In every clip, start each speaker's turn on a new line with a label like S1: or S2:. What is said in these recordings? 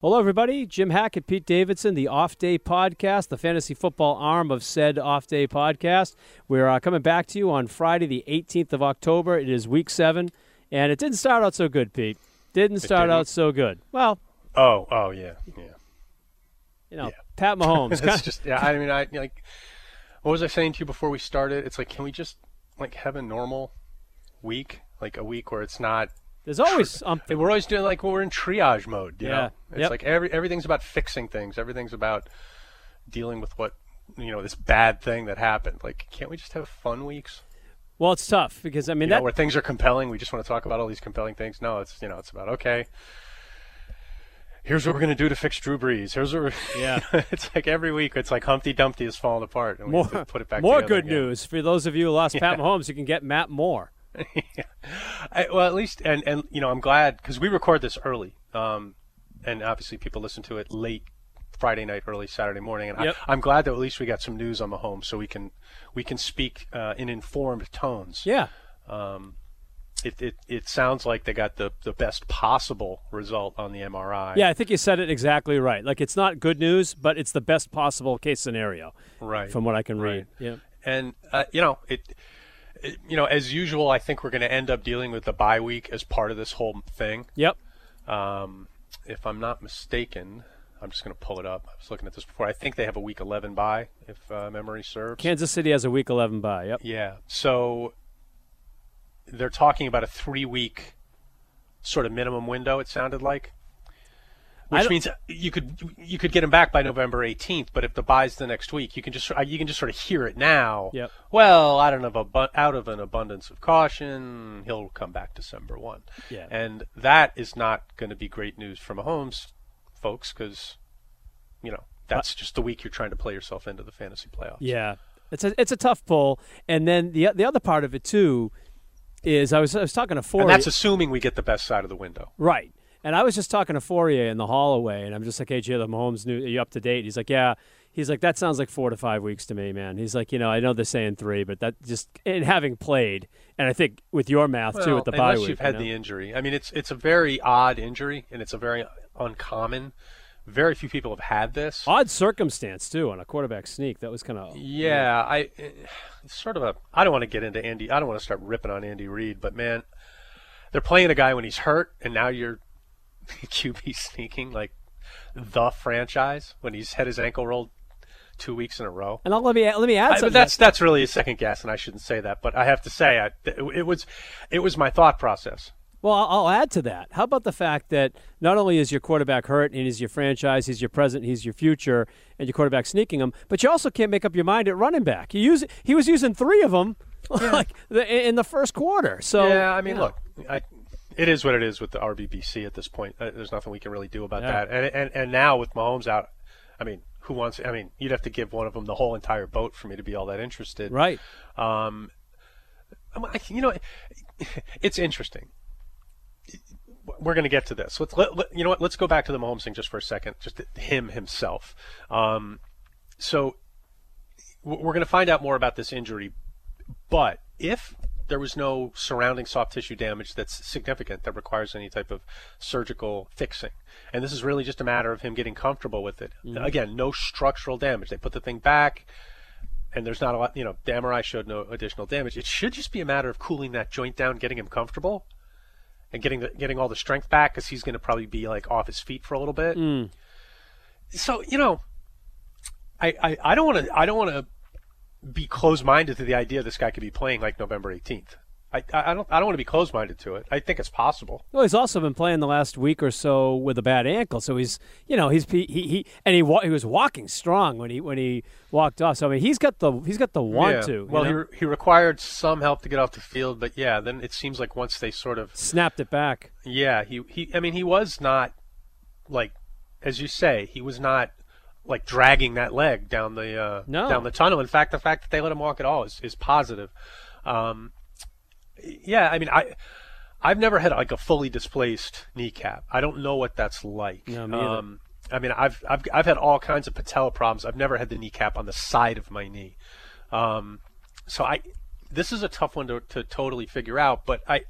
S1: Hello, everybody. Jim Hackett, Pete Davidson, the Off Day Podcast, the fantasy football arm of said Off Day Podcast. We're uh, coming back to you on Friday, the 18th of October. It is week seven, and it didn't start out so good, Pete. Didn't start
S2: didn't?
S1: out so good. Well,
S2: Oh, oh yeah, yeah.
S1: you know,
S2: Yeah.
S1: Pat Mahomes.
S2: It's just yeah. I mean, I like. What was I saying to you before we started? It's like, can we just like have a normal week, like a week where it's not?
S1: there's always something.
S2: We're always doing like well, we're in triage mode. You
S1: Yeah.
S2: Know? It's
S1: Yep.
S2: like every everything's about fixing things. Everything's about dealing with what you know this bad thing that happened. Like, can't we just have fun weeks?
S1: Well, it's tough because, I mean,
S2: You know,
S1: that
S2: where things are compelling. We just want to talk about all these compelling things. No, it's you know, it's about okay. Here's what we're gonna do to fix Drew Brees. Here's what we're,
S1: Yeah.
S2: it's like every week. It's like Humpty Dumpty is falling apart, and we have
S1: more,
S2: to put it back.
S1: more
S2: together
S1: good
S2: again.
S1: news. For those of you who lost Pat Mahomes, you can get Matt Moore.
S2: I, well, at least, and and you know, I'm glad because we record this early, um, and obviously people listen to it late Friday night, early Saturday morning, and
S1: Yep.
S2: I, I'm glad that at least we got some news on Mahomes, so we can we can speak uh, in informed tones.
S1: Yeah.
S2: It, it it sounds like they got the the best possible result on the MRI.
S1: Yeah, I think you said it exactly right. Like, it's not good news, but it's the best possible case scenario
S2: Right.
S1: from what I can read.
S2: Right.
S1: Yeah.
S2: and uh, you know it, it. You know, as usual, I think we're going to end up dealing with the bye week as part of this whole thing.
S1: Yep.
S2: Um, if I'm not mistaken, I'm just going to pull it up. I was looking at this before. I think they have a week 11 bye, if uh, memory serves.
S1: Kansas City has a week 11 bye. Yep.
S2: yeah. So they're talking about a three week sort of minimum window. It sounded like.
S1: I
S2: Which
S1: don't-
S2: means you could you could get them back by November 18th, but if the buy's the next week, you can just you can just sort of hear it now.
S1: Yep.
S2: Well, out of abu- out of an abundance of caution, he'll come back December one.
S1: Yeah.
S2: And that is not going to be great news for Mahomes, folks, because you know that's just the week you're trying to play yourself into the fantasy playoffs.
S1: Yeah, it's a it's a tough pull. And then the the other part of it too is I was I was talking to Fourier.
S2: And that's assuming we get the best side of the window.
S1: right. And I was just talking to Fourier in the hallway, and I'm just like, "Hey, Jay, the Mahomes new? Are you up to date?" He's like, "Yeah." He's like, "That sounds like four to five weeks to me, man." He's like, "You know, I know they're saying three, but that just and having played, and I think with your math too,
S2: Well,
S1: with the bye
S2: unless
S1: week,
S2: you've
S1: you
S2: had
S1: know?
S2: the injury. I mean, it's it's a very odd injury, and it's a very uncommon. Very few people have had this.
S1: odd circumstance too on a quarterback sneak. That was kind of
S2: Yeah, I eh, it's sort of a. I don't want to get into Andy. I don't want to start ripping on Andy Reid, but man, they're playing a guy when he's hurt, and now you're QB sneaking like the franchise when he's had his ankle rolled two weeks in a row.
S1: And I'll, let me let me add
S2: I,
S1: something.
S2: but that's that's really a second guess, and I shouldn't say that. But I have to say, I, it, it was it was my thought process.
S1: Well, I'll I'll add to that. How about the fact that not only is your quarterback hurt and he's your franchise, he's your present, he's your future, and your quarterback sneaking him, but you also can't make up your mind at running back. He use he was using three of them like the, in the first quarter. So
S2: yeah, I mean,
S1: yeah.
S2: look, I, it is what it is with the RBBC at this point. Uh, There's nothing we can really do about
S1: Yeah.
S2: that. And, and and now with Mahomes out, I mean, who wants? I mean, you'd have to give one of them the whole entire boat for me to be all that interested.
S1: right,
S2: Um, I'm- I, you know, it's interesting. We're going to get to this. Let's let, let- you know what. Let's go back to the Mahomes thing just for a second. Just him himself. Um, so w- we're going to find out more about this injury, but if there was no surrounding soft tissue damage that's significant that requires any type of surgical fixing. And this is really just a matter of him getting comfortable with it. Again, no structural damage. They put the thing back and there's not a lot, you know, the MRI showed no additional damage. It should just be a matter of cooling that joint down, getting him comfortable, and getting the, getting all the strength back because he's going to probably be like off his feet for a little bit.
S1: Mm.
S2: So you know, I I, I don't want to I don't want to be closed minded to the idea this guy could be playing like November 18th. I I I don't I don't want to be closed minded to it. I think it's possible.
S1: Well, he's also been playing the last week or so with a bad ankle, so he's you know he's he he, he and he wa- he was walking strong when he when he walked off. So I mean he's got the he's got the want
S2: yeah.
S1: to. you
S2: Well,
S1: know?
S2: he re- he required some help to get off the field, but yeah, then it seems like once they sort of
S1: snapped it back.
S2: Yeah, he he. I mean, he was not like, as you say, he was not like dragging that leg down the uh,
S1: No.
S2: down the tunnel. In fact, the fact that they let him walk at all is is positive. Um, yeah, I mean, I I've never had like a fully displaced kneecap. I don't know what that's like.
S1: No, me either.
S2: Um, I mean, I've I've I've had all kinds of patella problems. I've never had the kneecap on the side of my knee. Um, so I, this is a tough one to, to totally figure out. But I,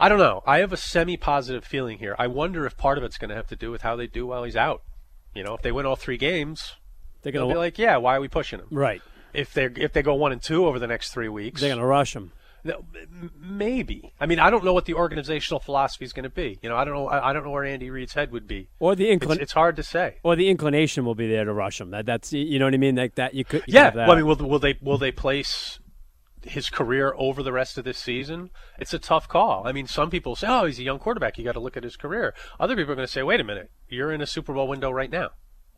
S2: I don't know. I have a semi-positive feeling here. I wonder if part of it's going to have to do with how they do while he's out. You know, if they win all three games,
S1: They're
S2: they'll
S1: going
S2: be
S1: to
S2: like, "Yeah, why are we pushing him?"
S1: right.
S2: If they if they go one and two over the next three weeks,
S1: They're going to rush him.
S2: No, m- maybe. I mean, I don't know what the organizational philosophy is going to be. You know, I don't know. I I don't know where Andy Reid's head would be.
S1: Or the
S2: It's,
S1: inclin-
S2: it's hard to say.
S1: or the inclination will be there to rush him. That that's you know what I mean. Like that you could you could
S2: Yeah.
S1: have that.
S2: Well, I mean, will, will they will they place his career over the rest of this season? It's a tough call. I mean, some people say, "Oh, he's a young quarterback. You got to look at his career." Other people are going to say, "Wait a minute. You're in a Super Bowl window right now.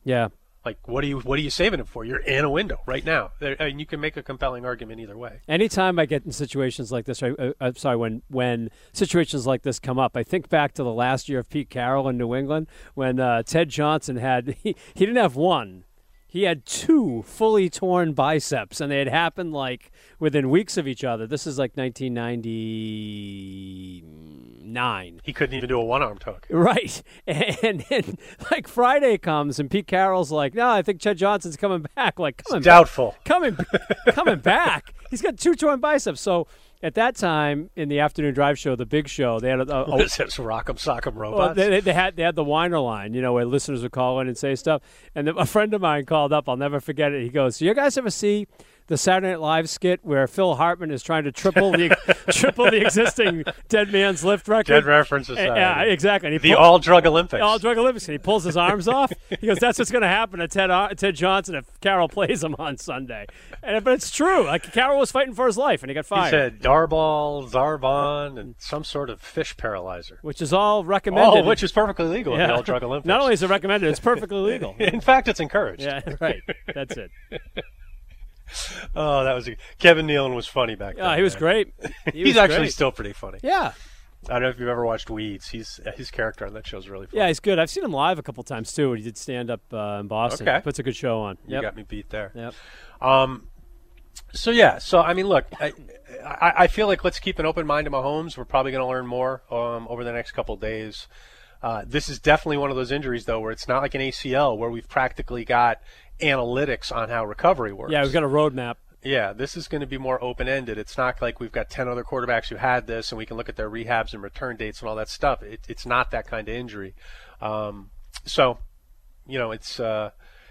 S1: yeah.
S2: Like, what are you what are you saving him for? You're in a window right now." There, I mean, you can make a compelling argument either way.
S1: Anytime I get in situations like this, I, uh, I'm sorry, when, when situations like this come up, I think back to the last year of Pete Carroll in New England when uh, Ted Johnson had, he, he didn't have one, he had two fully torn biceps, and they had happened like within weeks of each other. This is like 1999.
S2: He couldn't even do a one arm tuck.
S1: Right. And then, like, Friday comes, and Pete Carroll's like, no, I think Ted Johnson's coming back. Like, coming back
S2: Doubtful.
S1: coming coming back. He's got two torn biceps. So at that time in the afternoon drive show, the big show, they had a, a, a-
S2: Biceps Oh, rock'em sock'em
S1: well,
S2: robots.
S1: they, they had they had the whiner line, you know, where listeners would call in and say stuff. And then a friend of mine called up. I'll never forget it. He goes, "Do you guys ever see?" The Saturday Night Live skit where Phil Hartman is trying to triple the triple the existing Dead Man's Lift record.
S2: Dead reference society.
S1: eh, yeah, exactly. And he
S2: The
S1: pull-
S2: All Drug Olympics.
S1: all drug Olympics, and he pulls his arms off. He goes, "That's what's going to happen to Ted uh, Ted Johnson if Carroll plays him on Sunday." And but it's true. Like Carroll was fighting for his life, and he got
S2: he
S1: fired,
S2: said Darball, Zarvon, and some sort of fish paralyzer.
S1: which is all recommended.
S2: Oh, which is perfectly legal in
S1: Yeah.
S2: the All Drug Olympics.
S1: Not only is it recommended, it's perfectly legal.
S2: in fact, it's encouraged.
S1: yeah, right. That's it.
S2: Oh, that was Kevin Nealon was funny back then.
S1: Yeah, Oh, he was
S2: man.
S1: great. He
S2: He's
S1: was
S2: actually
S1: great.
S2: still pretty funny.
S1: Yeah,
S2: I don't know if you've ever watched Weeds. He's his character on that show is really funny.
S1: yeah, he's good. I've seen him live a couple times too. He did stand up uh, in Boston.
S2: Okay.
S1: puts a good show on.
S2: you
S1: Yep.
S2: got me beat there.
S1: Yep.
S2: Um, so yeah, so I mean, look, I, I, I feel like let's keep an open mind to Mahomes. We're probably going to learn more um, over the next couple of days. Uh, this is definitely one of those injuries, though, where it's not like an ACL where we've practically got analytics on how recovery works.
S1: Yeah, we've got a roadmap.
S2: Yeah, this is going to be more open ended. It's not like we've got 10 other quarterbacks who had this and we can look at their rehabs and return dates and all that stuff. It, it's not that kind of injury. Um, so, you know, it's uh,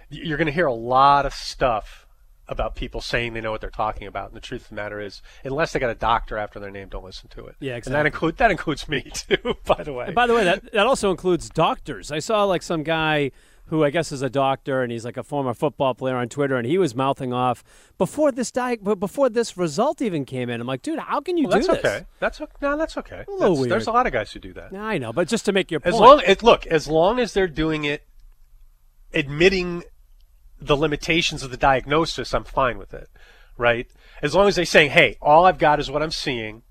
S2: y- you're going to hear a lot of stuff about people saying they know what they're talking about. And the truth of the matter is, unless they got a doctor after their name, don't listen to it.
S1: Yeah,
S2: And that, include, that includes me, too, by the way.
S1: By the way, that, that also includes doctors. I saw like some guy who I guess is a doctor and he's like a former football player on Twitter and he was mouthing off before this di- but before this result even came in. I'm like, dude, how can you
S2: that's
S1: do this?
S2: okay. That's okay. No, that's okay.
S1: little
S2: That's-
S1: weird.
S2: There's a lot of guys who do that.
S1: Yeah, I know, but just to make your
S2: As
S1: point.
S2: long as look, as long as they're doing it, admitting the limitations of the diagnosis, I'm fine with it, right? As long as they're saying, "Hey, all I've got is what I'm seeing,"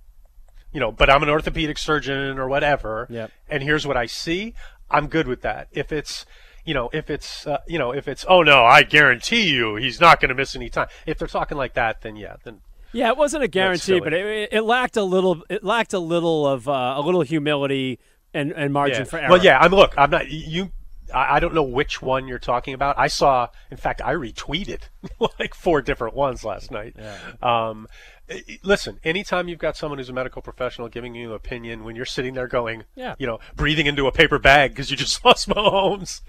S2: you know, but I'm an orthopedic surgeon or whatever,
S1: Yep.
S2: and here's what I see. I'm good with that. If it's you know, if it's uh, you know, if it's oh no, I guarantee you he's not going to miss any time. If they're talking like that, then yeah, then
S1: yeah, it wasn't a guarantee,
S2: silly.
S1: but it, it lacked a little it lacked a little of uh, a little humility and, and margin
S2: Yeah.
S1: for error.
S2: Well, yeah. I'm look. I'm not you. I I don't know which one you're talking about. I saw, in fact, I retweeted like four different ones last night. Um, i- i- listen, anytime you've got someone who's a medical professional giving you an opinion when you're sitting there going,
S1: Yeah.
S2: you know, breathing into a paper bag because you just lost Mahomes,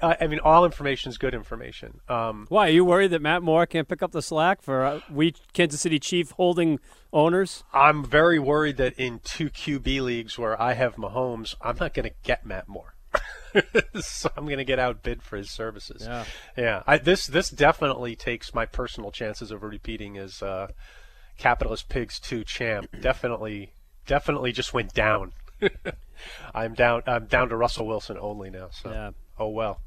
S2: uh, I mean, all information is good information. Um,
S1: Why are you worried that Matt Moore can't pick up the slack for uh, we Kansas City Chief holding owners?
S2: I'm very worried that in two QB leagues where I have Mahomes, I'm not going to get Matt Moore. so I'm going to get outbid for his services.
S1: Yeah.
S2: yeah. I, this this definitely takes my personal chances of repeating as uh, capitalist pigs two champ. Definitely, definitely just went down. I'm down. I'm down to Russell Wilson only now. So
S1: Yeah.
S2: oh well.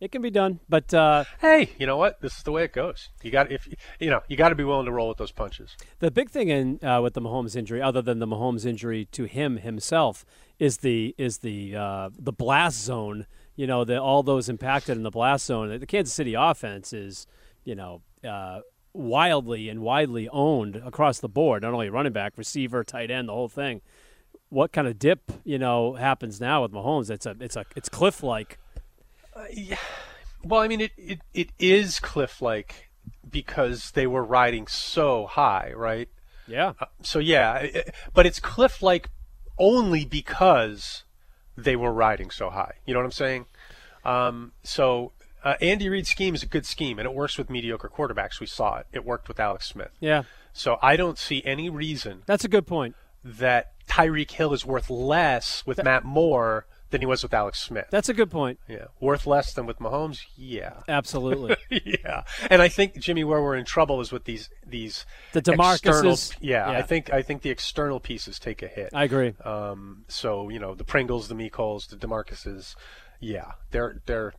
S1: It can be done, but uh,
S2: Hey, you know what? This is the way it goes. You got if you know you got to be willing to roll with those punches.
S1: The big thing in uh, with the Mahomes injury, other than the Mahomes injury to him himself, is the is the uh, the blast zone. You know, the, all those impacted in the blast zone. The Kansas City offense is, you know, uh, wildly and widely owned across the board. Not only running back, receiver, tight end, the whole thing. What kind of dip, you know, happens now with Mahomes? It's a it's a it's cliff like.
S2: Well, I mean, it, it, it is cliff like because they were riding so high, right?
S1: Yeah,
S2: So, yeah, i- i- but it's cliff like only because they were riding so high. You know what I'm saying? Um, so uh, Andy Reid's scheme is a good scheme, and it works with mediocre quarterbacks. We saw it. It worked with Alex Smith.
S1: Yeah,
S2: So I don't see any reason
S1: that's a good point.
S2: that Tyreek Hill is worth less with Matt Moore than he was with Alex Smith.
S1: That's a good point.
S2: yeah, worth less than with Mahomes. Yeah,
S1: Absolutely.
S2: yeah. And I think Jimmy, where we're in trouble is with these these
S1: The DeMarcuses.
S2: external- Yeah,
S1: Yeah.
S2: I think I think the external pieces take a hit.
S1: I agree.
S2: Um, so you know the Pringles, the Meekles, the Demarcuses, yeah, they're they're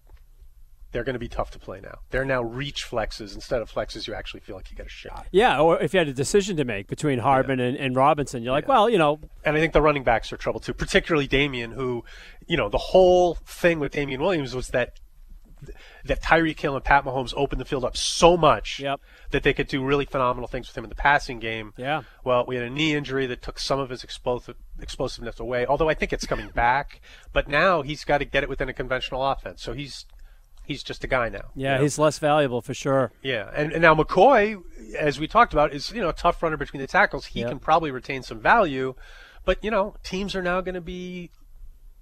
S2: they're going to be tough to play now. They're now reach flexes instead of flexes. You actually feel like you get a shot.
S1: Yeah, or if you had a decision to make between Harbin and, and Robinson, you're like, well, you know,
S2: And I think the running backs are trouble too, particularly Damien, who, you know, the whole thing with Damien Williams was that that Tyreek Hill and Pat Mahomes opened the field up so much
S1: Yep.
S2: that they could do really phenomenal things with him in the passing game.
S1: Yeah.
S2: Well, we had a knee injury that took some of his explosive, explosiveness away, although I think it's coming back. But now he's got to get it within a conventional offense. So he's he's just a guy now.
S1: yeah,
S2: you know?
S1: he's less valuable for sure.
S2: Yeah, and, and now McCoy, as we talked about, is you know a tough runner between the tackles. He
S1: Yeah.
S2: can probably retain some value, but you know teams are now going to be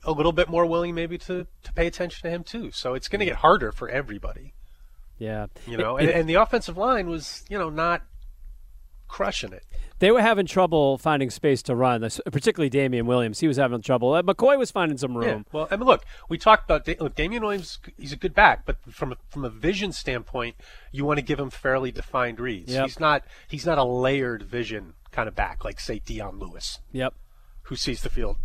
S2: a little bit more willing maybe to to pay attention to him too. So it's going to get harder for everybody,
S1: Yeah.
S2: you know.
S1: It-
S2: and,
S1: it-
S2: and the offensive line was you know not crushing it.
S1: they were having trouble finding space to run, this- particularly Damian Williams. He was having trouble. Uh, McCoy was finding some
S2: Yeah.
S1: room.
S2: Well, I mean, look, we talked about da- look, Damian Williams. He's a good back, but from a, from a vision standpoint, you want to give him fairly defined reads.
S1: Yep.
S2: He's not he's not a layered vision kind of back like say Dion Lewis.
S1: Yep.
S2: who sees the field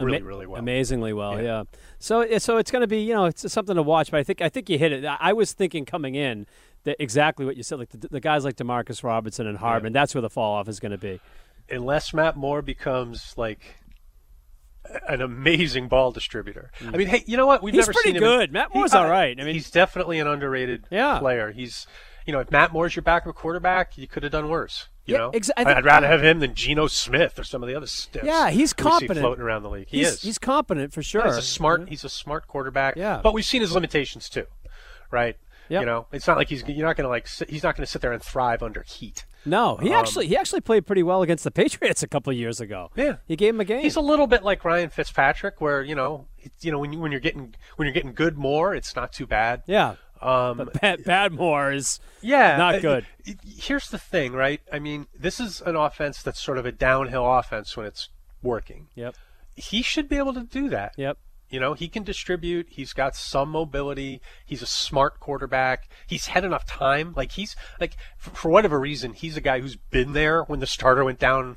S2: really,
S1: Ama-
S2: really well.
S1: Amazingly well, yeah. So so it's going to be you know it's something to watch, but I think I think you hit it. I I was thinking coming in that exactly what you said, like the, the guys like Demarcus Robinson and Harbin. That's where the fall off is going to be.
S2: Unless Matt Moore becomes like a- an amazing ball distributor. I mean, hey, you know what? We've
S1: Hmm. He's
S2: never
S1: pretty
S2: seen him-
S1: good. Matt Moore's all right. I mean-
S2: he's definitely an underrated
S1: Yeah.
S2: player. He's, you know, if Matt Moore's your backup quarterback, you could have done worse. You
S1: Yeah,
S2: know,
S1: exa- I
S2: I-
S1: think-
S2: I'd rather have him than Geno Smith or some of the other stiffs.
S1: Yeah, he's
S2: we see
S1: competent.
S2: floating around the league. He
S1: he's,
S2: is.
S1: he's competent for sure.
S2: He's a smart. He's a smart quarterback.
S1: Yeah.
S2: But we've seen his limitations too, right?
S1: Yep.
S2: You know, it's not like he's you're not gonna like sit, he's not gonna sit there and thrive under heat.
S1: No, he actually he actually played pretty well against the Patriots a couple years ago.
S2: Yeah.
S1: he gave him a game.
S2: He's a little bit like Ryan Fitzpatrick, where you know, it's- you know, when you, when you're getting when you're getting good more, it's not too bad.
S1: yeah,
S2: Um,
S1: Pat Badmore is
S2: yeah,
S1: not
S2: uh,
S1: good.
S2: it- Here's the thing, right? I mean, this is an offense that's sort of a downhill offense when it's working.
S1: Yep,
S2: He should be able to do that.
S1: yep,
S2: You know, he can distribute. He's got some mobility. He's a smart quarterback. He's had enough time. Like he's like for, for whatever reason, he's a guy who's been there when the starter went down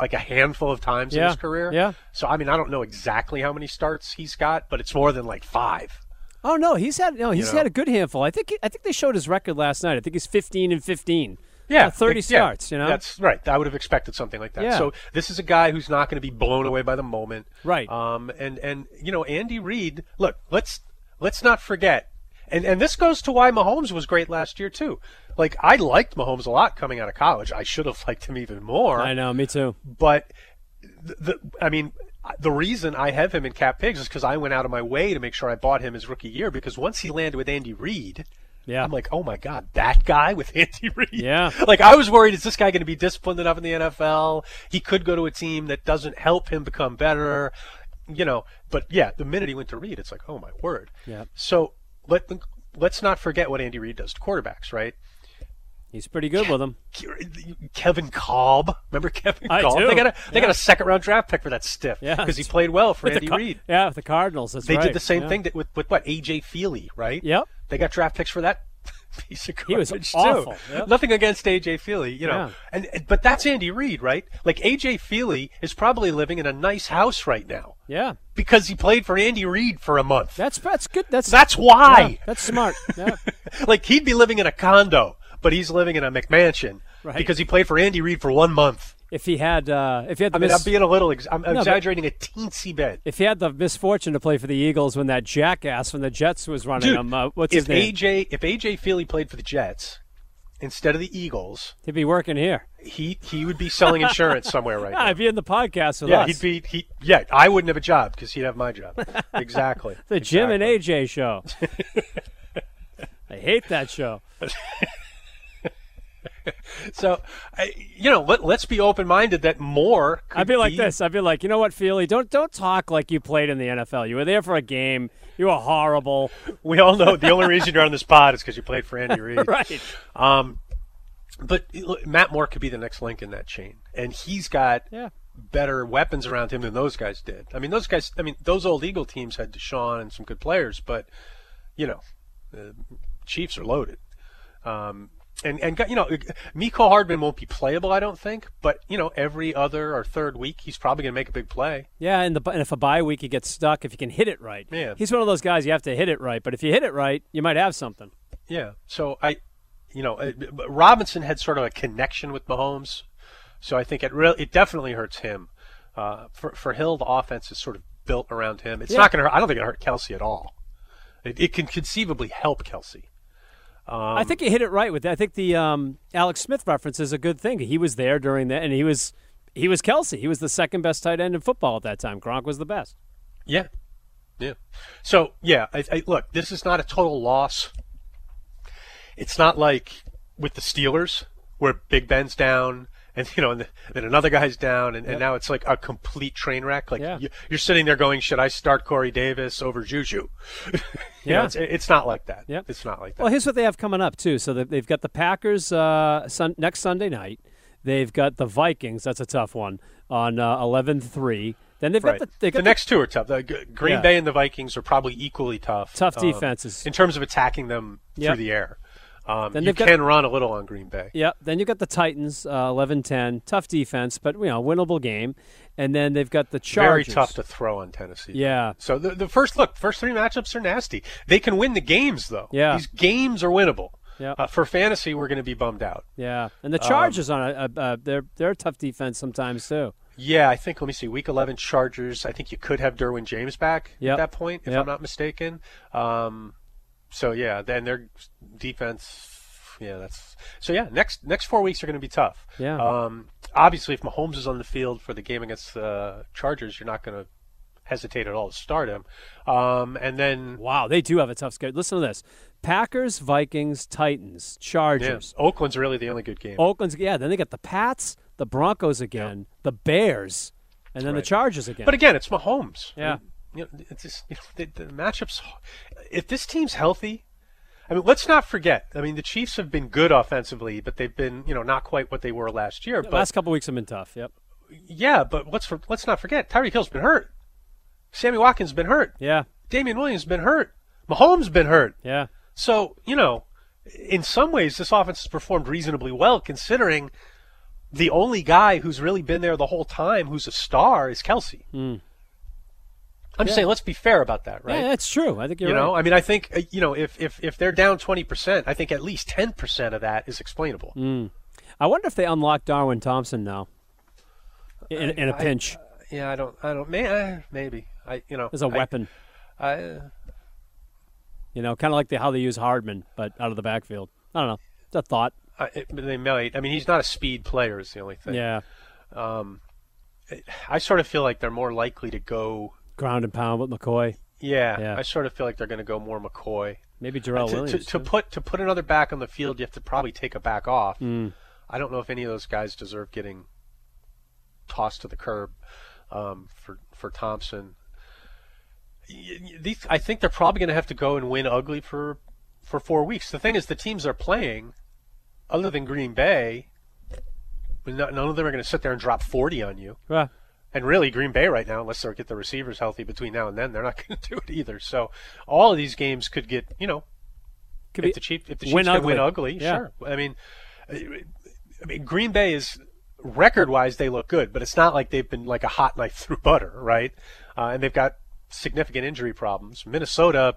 S2: like a handful of times in
S1: Yeah,
S2: his career.
S1: yeah.
S2: So I mean, I don't know exactly how many starts he's got, but it's more than like five.
S1: Oh no, he's had no, he's
S2: know.
S1: had a good handful. I think I think they showed his record last night. I think he's fifteen and fifteen. Uh, thirty
S2: like, yeah,
S1: starts. You know,
S2: That's right. I would have expected something like that.
S1: Yeah.
S2: So this is a guy who's not going to be blown away by the moment.
S1: Right.
S2: Um and and you know Andy Reid, look, let's let's not forget. And and this goes to why Mahomes was great last year too. Like I liked Mahomes a lot coming out of college. I should have liked him even more
S1: I know, me too.
S2: but the, the I mean the reason I have him in cap pigs is because I went out of my way to make sure I bought him his rookie year because once he landed with Andy Reid.
S1: Yeah.
S2: I'm like, oh my god, that guy with Andy Reid.
S1: Yeah.
S2: like I was worried, is this guy going to be disciplined enough in the NFL? He could go to a team that doesn't help him become better, you know. But yeah, the minute he went to Reid, it's like, oh my word.
S1: Yeah.
S2: So let let's not forget what Andy Reid does to quarterbacks, right?
S1: He's pretty good with him.
S2: Kevin Cobb. Remember Kevin
S1: I
S2: Cobb?
S1: do.
S2: They got a they got a second round draft pick for that stiff
S1: Yeah.
S2: because he played well for
S1: The
S2: Andy
S1: Car-
S2: Reid.
S1: Yeah, with the Cardinals. That's
S2: They
S1: right.
S2: did the same
S1: Yeah.
S2: thing that with with what AJ Feely, right?
S1: Yep.
S2: They got draft picks for that piece of
S1: He was
S2: garbage
S1: awful.
S2: too.
S1: Yep.
S2: Nothing against AJ Feely, you know.
S1: Yeah.
S2: And and- but that's Andy Reid, right? Like AJ Feely is probably living in a nice house right now
S1: Yeah,
S2: because he played for Andy Reid for a month.
S1: that's that's good. That's
S2: that's why.
S1: yeah, that's smart. Yeah.
S2: like he'd be living in a condo, but he's living in a McMansion
S1: Right.
S2: because he played for Andy Reid for one month.
S1: if he had uh, if he had the
S2: I mean,
S1: mis-
S2: I'm being a little. Ex- I'm
S1: but-
S2: exaggerating a teensy bit.
S1: if he had the misfortune to play for the Eagles when that jackass from the Jets was running
S2: Dude,
S1: him, uh, what's his
S2: if
S1: name?
S2: AJ if AJ Feely played for the Jets instead of the Eagles,
S1: He'd be working here.
S2: he he would be selling insurance somewhere right
S1: Yeah,
S2: now.
S1: he'd be in the podcast with
S2: Yeah,
S1: us.
S2: he'd be he. Yeah, I wouldn't have a job because he'd have my job. Exactly.
S1: the Jim and AJ show. I hate that show.
S2: so, I, you know, let, let's be open minded that more.
S1: I'd be like
S2: be-
S1: this. I'd be like, you know what, Feely? Don't don't talk like you played in the NFL. You were there for a game. You were horrible.
S2: We all know the only reason you're on this pod is because you played for Andy Reid.
S1: right.
S2: Um, but look, Matt Moore could be the next link in that chain, and he's got
S1: Yeah.
S2: better weapons around him than those guys did. I mean, those guys. I mean, those old Eagle teams had Deshaun and some good players, but you know, the Chiefs are loaded. Um, and and you know, Miko Hardman won't be playable, I don't think. But you know, every other or third week, he's probably going to make a big play.
S1: Yeah, and, the, and if a bye week you get stuck, if you can hit it right,
S2: Yeah.
S1: he's one of those guys you have to hit it right. But if you hit it right, you might have something.
S2: Yeah. So I, you know, uh, Robinson had sort of a connection with Mahomes, so I think it really it definitely hurts him. Uh, for for Hill, the offense is sort of built around him. It's
S1: Yeah.
S2: not going to. hurt I don't think it hurt Kelsey at all. It, it can conceivably help Kelsey. Um,
S1: I think you hit it right with that. I think the um, Alex Smith reference is a good thing. He was there during that, and he was he was Kelsey. He was the second best tight end in football at that time. Gronk was the best.
S2: Yeah. Yeah. So yeah, I, I, look, this is not a total loss. It's not like with the Steelers where Big Ben's down. And you know, and then another guy's down, and, and now it's like a complete train wreck. Like
S1: Yeah.
S2: you, you're sitting there going, "Should I start Corey Davis over Juju?" You
S1: Yeah.
S2: know, it's, it's not like that.
S1: Yep.
S2: It's not like that.
S1: Well, here's what they have coming up too. So they- they've got the Packers uh, sun, next Sunday night. They've got the Vikings. That's a tough one on uh, 11-3. Then they've
S2: right.
S1: got the, they got
S2: the next two are tough. The G- Green
S1: Yeah.
S2: Bay and the Vikings are probably equally tough.
S1: Tough
S2: um,
S1: defenses.
S2: in terms of attacking them
S1: Yep.
S2: through the air. Um,
S1: Then
S2: you
S1: they've got-
S2: can run a little on Green Bay.
S1: Yeah, then you got the Titans, uh, 11-10. Tough defense, but you know, winnable game. And then they've got the
S2: very
S1: Chargers.
S2: tough to throw on Tennessee.
S1: Yeah.
S2: So the, the first look, first three matchups are nasty. They can win the games though.
S1: Yeah.
S2: These games are winnable.
S1: Yeah.
S2: Uh, for fantasy, we're going to be bummed out.
S1: Yeah, and
S2: Um,
S1: the Chargers on a, a, a they're they're a tough defense sometimes too.
S2: Yeah, I think. Let me see. Week eleven Chargers. I think you could have Derwin James back
S1: Yep.
S2: at that point, if
S1: Yep.
S2: I'm not mistaken. Um, so yeah, then their defense. Yeah, that's so. Yeah, next next four weeks are going to be tough.
S1: Yeah.
S2: Um, obviously, if Mahomes is on the field for the game against the Chargers, you're not going to hesitate at all to start him. Um, and then
S1: Wow, they do have a tough schedule. Listen to this: Packers, Vikings, Titans,
S2: Yeah.
S1: Chargers,
S2: Oakland's really the only good game.
S1: Oakland's. Yeah, then they got the Pats, the Broncos again, the Bears, and then
S2: Right.
S1: the Chargers again.
S2: But again, it's Mahomes.
S1: Yeah.
S2: And, you know, it's just you know, the, the matchups. If this team's healthy, I mean, let's not forget. I mean, the Chiefs have been good offensively, but they've been you know not quite what they were last year.
S1: the
S2: But
S1: last couple weeks have been tough. Yep.
S2: yeah, but let's for, let's not forget Tyreek Hill's been hurt. Sammy Watkins been hurt.
S1: Yeah.
S2: Damian Williams been hurt. Mahomes been hurt.
S1: Yeah.
S2: So, you know, in some ways, this offense has performed reasonably well considering the only guy who's really been there the whole time who's a star is Kelsey.
S1: Hmm.
S2: I'm just saying, let's be fair about that, right?
S1: Yeah, that's true. I think you're
S2: you
S1: right.
S2: know, I mean, I think, uh, you know, if, if, if they're down 20%, I think at least 10% of that is explainable.
S1: Hmm. I wonder if they unlock Darwin Thompson now. In, in a pinch,
S2: Yeah, I don't, I don't, may, uh, maybe. I, you know,
S1: as a
S2: I-
S1: weapon,
S2: I, uh,
S1: you know, kind of like the, how they use Hardman, but out of the backfield. I don't know. It's a thought.
S2: I, it- they might. I mean, he's not a speed player, is the only thing.
S1: Yeah.
S2: I sort of feel like they're more likely to go.
S1: Ground and pound with McCoy.
S2: Yeah,
S1: Yeah.
S2: I sort of feel like they're going to go more McCoy.
S1: Maybe Jarrell
S2: to,
S1: Williams.
S2: to, to put to put another back on the field, you have to probably take a back off. I don't know if any of those guys deserve getting tossed to the curb um, for for Thompson. Y- y- These, I think they're probably going to have to go and win ugly for for four weeks. The thing is, the teams they're playing, other than Green Bay, no- none of them are going to sit there and drop forty on you.
S1: Yeah.
S2: And really, Green Bay right now, unless they get the receivers healthy between now and then, they're not going to do it either. So all of these games could get you know
S1: Could
S2: if the Chiefs if the Chiefs
S1: win
S2: can win
S1: ugly.
S2: ugly,
S1: Yeah.
S2: sure. I mean, I I mean, Green Bay is record-wise they look good, but it's not like they've been like a hot knife through butter, right? Uh, and they've got significant injury problems. Minnesota,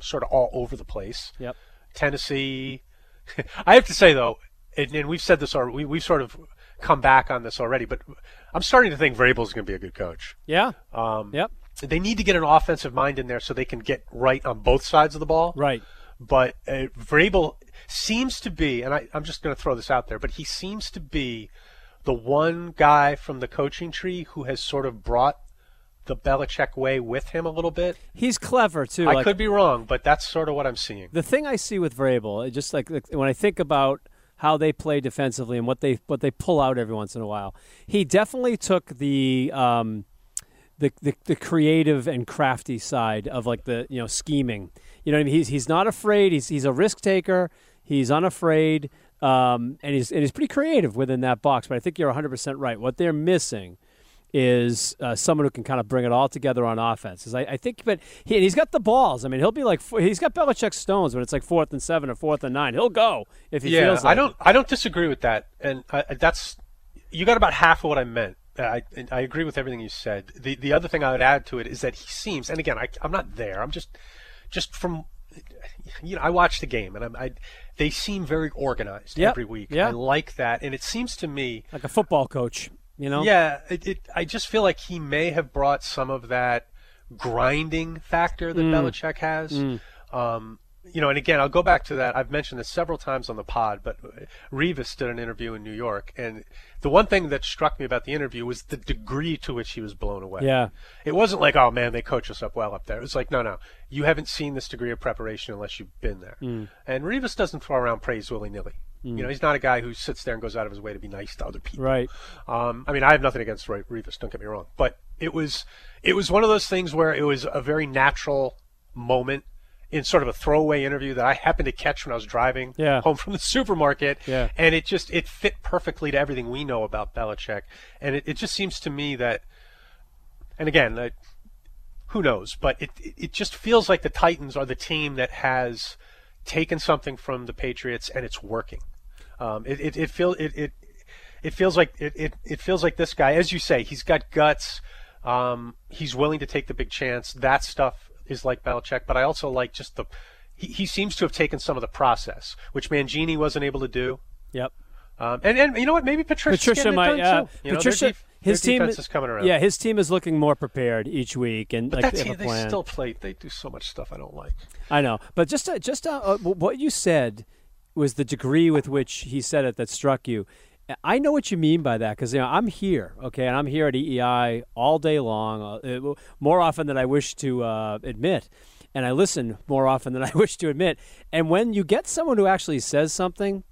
S2: sort of all over the place.
S1: Yep.
S2: Tennessee. I have to say though, and, and we've said this already. We, we've sort of come back on this already, but I'm starting to think Vrabel's going to be a good coach.
S1: Yeah.
S2: Um,
S1: Yep.
S2: They need to get an offensive mind in there so they can get right on both sides of the ball
S1: Right.
S2: but uh, Vrabel seems to be, and I, I'm just going to throw this out there, but he seems to be the one guy from the coaching tree who has sort of brought the Belichick way with him a little bit.
S1: He's clever too.
S2: I
S1: like,
S2: could be wrong, but that's sort of what I'm seeing.
S1: the thing I see with Vrabel, it just like like, when I think about how they play defensively and what they what they pull out every once in a while. He definitely took the. Um, the, the, the creative and crafty side of like the you know scheming you know what I mean he's he's not afraid he's he's a risk taker he's unafraid um, and he's and he's pretty creative within that box but I think you're 100 percent right what they're missing is uh, someone who can kind of bring it all together on offense. I, I, think, but he, has got the balls. I mean, he'll be like he he's got Belichick stones when it's like fourth and seven or fourth and nine. He'll go if he
S2: yeah,
S1: feels. like
S2: I don't.
S1: it.
S2: I don't disagree with that, and I, that's you got about half of what I meant. I, I agree with everything you said. The the other thing I would add to it is that he seems, and again, I, I'm not there. I'm just just from you know, I watch the game, and I'm, I they seem very organized
S1: Yep,
S2: every week.
S1: yeah.
S2: I like that, and it seems to me
S1: like a football coach. You know,
S2: yeah, it, it, I just feel like he may have brought some of that grinding factor that Belichick has. Um, you know, and again, I'll go back to that. I've mentioned this several times on the pod, but Revis did an interview in New York, and the one thing that struck me about the interview was the degree to which he was blown away.
S1: Yeah.
S2: It wasn't like, oh man, they coach us up well up there. It was like, no, no, you haven't seen this degree of preparation unless you've been there. And Revis doesn't throw around praise willy nilly. You know, he's not a guy who sits there and goes out of his way to be nice to other people.
S1: right.
S2: Um, I mean, I have nothing against Roy Revis. Don't get me wrong, but it was it was one of those things where it was a very natural moment in sort of a throwaway interview that I happened to catch when I was driving
S1: Yeah.
S2: home from the supermarket.
S1: Yeah.
S2: and it just it fit perfectly to everything we know about Belichick, and it, it just seems to me that, and again, I, who knows? But it it- it just feels like the Titans are the team that has taken something from the Patriots and it's working. Um, it it, it feels it, it it feels like it, it, it feels like this guy, as you say, he's got guts. Um, he's willing to take the big chance. That stuff is like Belichick, but I also like just the. He, he seems to have taken some of the process, which Mangini wasn't able to do.
S1: Yep.
S2: Um, and, and you know what? Maybe Patricia's
S1: Patricia
S2: getting it
S1: might.
S2: done
S1: Uh,
S2: too. You know, their
S1: Patricia,
S2: def-
S1: his
S2: their
S1: team
S2: defense is coming around.
S1: Yeah, his team is looking more prepared each week, and like
S2: That's,
S1: they have a
S2: they
S1: plan.
S2: still play. They do so much stuff I don't like.
S1: I know, but just uh, just uh, uh, wh- what you said was the degree with which he said it that struck you. I know what you mean by that because you know I'm here, okay, and I'm here at EEI all day long, uh, it- more often than I wish to uh, admit, and I listen more often than I wish to admit. And when you get someone who actually says something,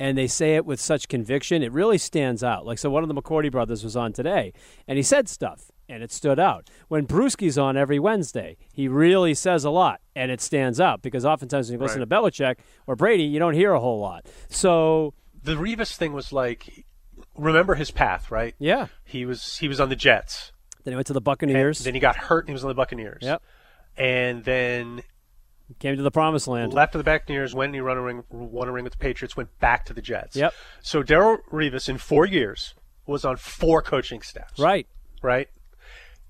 S1: and they say it with such conviction, it really stands out. Like, so one of the McCourty brothers was on today, and he said stuff, and it stood out. When Brewski's on every Wednesday, he really says a lot, and it stands out because oftentimes when you listen
S2: Right.
S1: to Belichick or Brady, you don't hear a whole lot. So,
S2: The Revis thing was like, remember his path, right?
S1: yeah.
S2: He was he was on the Jets.
S1: Then he went to the Buccaneers,
S2: Then he got hurt and he was on the Buccaneers.
S1: Yep.
S2: And then
S1: came to the promised land.
S2: left of the Buccaneers, went and he won a ring, won a ring with the Patriots, went back to the Jets.
S1: Yep.
S2: So Daryl Revis in four years was on four coaching staffs.
S1: right.
S2: Right.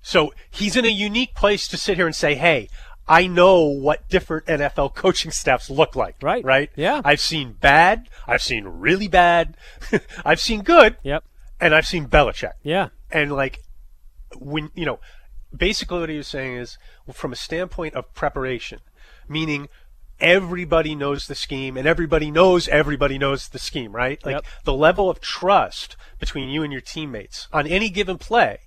S2: So he's in a unique place to sit here and say, "Hey, I know what different NFL coaching staffs look like."
S1: Right.
S2: Right.
S1: Yeah.
S2: I've seen bad. I've seen really bad. I've seen good.
S1: Yep.
S2: And I've seen Belichick
S1: Yeah.
S2: and like when you know basically what he was saying is from a standpoint of preparation meaning everybody knows the scheme and everybody knows everybody knows the scheme right like
S1: Yep.
S2: the level of trust between you and your teammates on any given play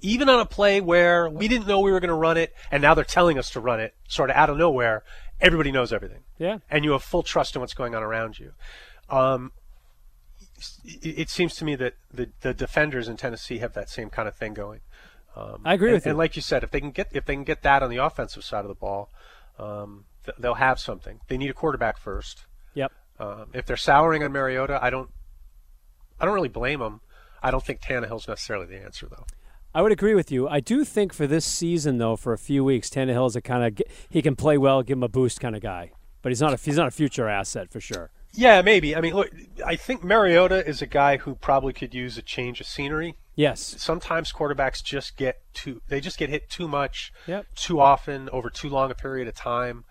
S2: even on a play where we didn't know we were going to run it and now they're telling us to run it sort of out of nowhere everybody knows everything
S1: Yeah.
S2: and you have full trust in what's going on around you um, it, it seems to me that the, the defenders in Tennessee have that same kind of thing going. Um,
S1: I agree
S2: and,
S1: with you.
S2: And like you said, if they can get if they can get that on the offensive side of the ball, um, th- they'll have something. They need a quarterback first.
S1: Yep.
S2: Um, if they're souring on Mariota, I don't I don't really blame them. I don't think Tannehill's necessarily the answer though.
S1: I would agree with you. I do think for this season, though, for a few weeks, Tannehill is a kind of he can play well, give him a boost kind of guy. But he's not a he's not a future asset for sure.
S2: Yeah, maybe. I mean, look, I think Mariota is a guy who probably could use a change of scenery.
S1: Yes.
S2: sometimes quarterbacks just get too they just get hit too much
S1: Yep.
S2: too often over too long a period of time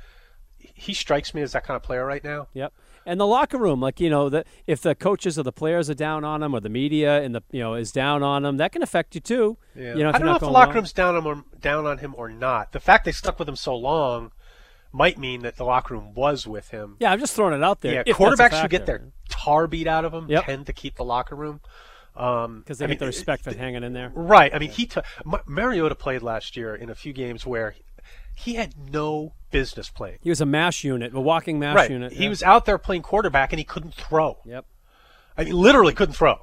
S2: he strikes me as that kind of player right now
S1: Yep. And the locker room, like you know, the, if the coaches or the players are down on him, or the media and the you know is down on him, that can affect you too. You know, if
S2: i don't
S1: you're
S2: know
S1: not
S2: if the
S1: going
S2: locker
S1: well.
S2: room's down on him down on him or not the fact they stuck with him so long might mean that the locker room was with him
S1: Yeah, I'm just throwing it out there.
S2: yeah
S1: if that's a
S2: quarterbacks who get
S1: factor.
S2: their tar beat out of them
S1: Yep.
S2: tend to keep the locker room um,
S1: because they
S2: I
S1: get the
S2: mean,
S1: respect for hanging in there.
S2: Right. I mean, he t- Ma- Mariota played last year in a few games where He had no business playing.
S1: He was a mash unit, a walking mash
S2: right.
S1: unit.
S2: He
S1: yeah.
S2: was out there playing quarterback and he couldn't throw.
S1: Yep.
S2: I mean, literally couldn't throw.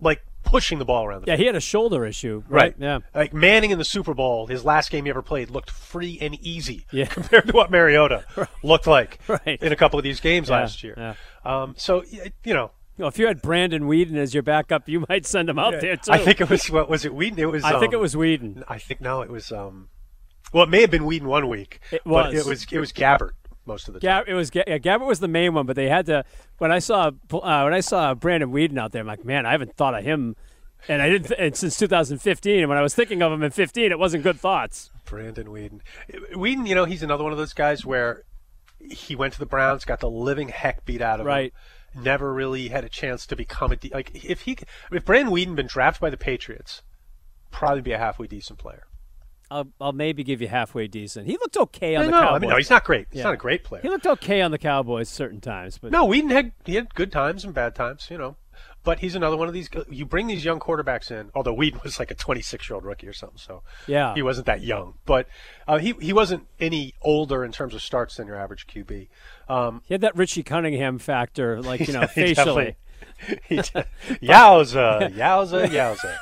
S2: Like pushing the ball around the
S1: Yeah, he had a shoulder issue. Right.
S2: Right.
S1: Yeah.
S2: Like Manning in the Super Bowl, his last game he ever played looked free and easy
S1: Yeah.
S2: compared to what Mariota looked like
S1: Right.
S2: in a couple of these games last year.
S1: yeah.
S2: Um, so y- you know,
S1: You know, if you had Brandon Whedon as your backup, you might send him out there too.
S2: I think it was what was it Whedon? It was.
S1: I think
S2: um,
S1: it was Whedon.
S2: I think no, it was. Um, well, it may have been Whedon one week.
S1: It
S2: but
S1: was.
S2: it was. It was Gabbert most of the time.
S1: Gab, it was Ga- yeah, Gabbert was the main one, but they had to. When I saw uh, when I saw Brandon Whedon out there, I'm like, man, I haven't thought of him, and I didn't. And since 2015, and when I was thinking of him in 15, it wasn't good thoughts.
S2: Brandon Whedon. Whedon, you know, he's another one of those guys where he went to the Browns, got the living heck beat out of
S1: Right.
S2: him. Never really had a chance to become a de- like if he if Brandon Whedon been drafted by the Patriots, probably be a halfway decent player.
S1: I'll, I'll maybe give you halfway decent. He looked okay on the
S2: no,
S1: Cowboys.
S2: I mean, no, he's not great. He's
S1: Yeah.
S2: not a great player.
S1: he looked okay on the Cowboys certain times, but
S2: No, Whedon had he had good times and bad times, you know. But he's another one of these. uh, You bring these young quarterbacks in, although Whedon was like a 26 year old rookie or something, so
S1: Yeah.
S2: he wasn't that young. But uh, he he wasn't any older in terms of starts than your average QB. Um,
S1: he had that Richie Cunningham factor, like you know,
S2: he
S1: facially.
S2: definitely- he de- yowza, yowza, yowza.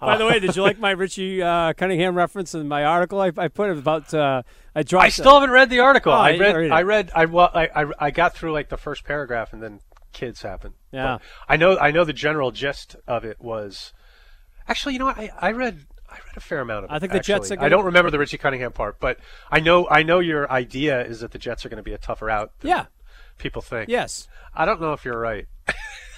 S1: By
S2: Oh.
S1: the way, did you like my Richie uh, Cunningham reference in my article? I, I put it about. Uh, I dropped.
S2: I still haven't read the article.
S1: Oh,
S2: I
S1: you
S2: read,
S1: gotta read it.
S2: I read, I well, I, I, I got through like the first paragraph, and then kids happened.
S1: Yeah.
S2: But I know, I know. The general gist of it was, actually, you know, what? I, I read, I read a fair amount of it.
S1: I think the Jets
S2: actually.
S1: are gonna-
S2: I don't remember the Richie Cunningham part, but I know, I know your idea is that the Jets are going to be a tougher out. Than
S1: Yeah.
S2: People think.
S1: Yes.
S2: I don't know if you're right.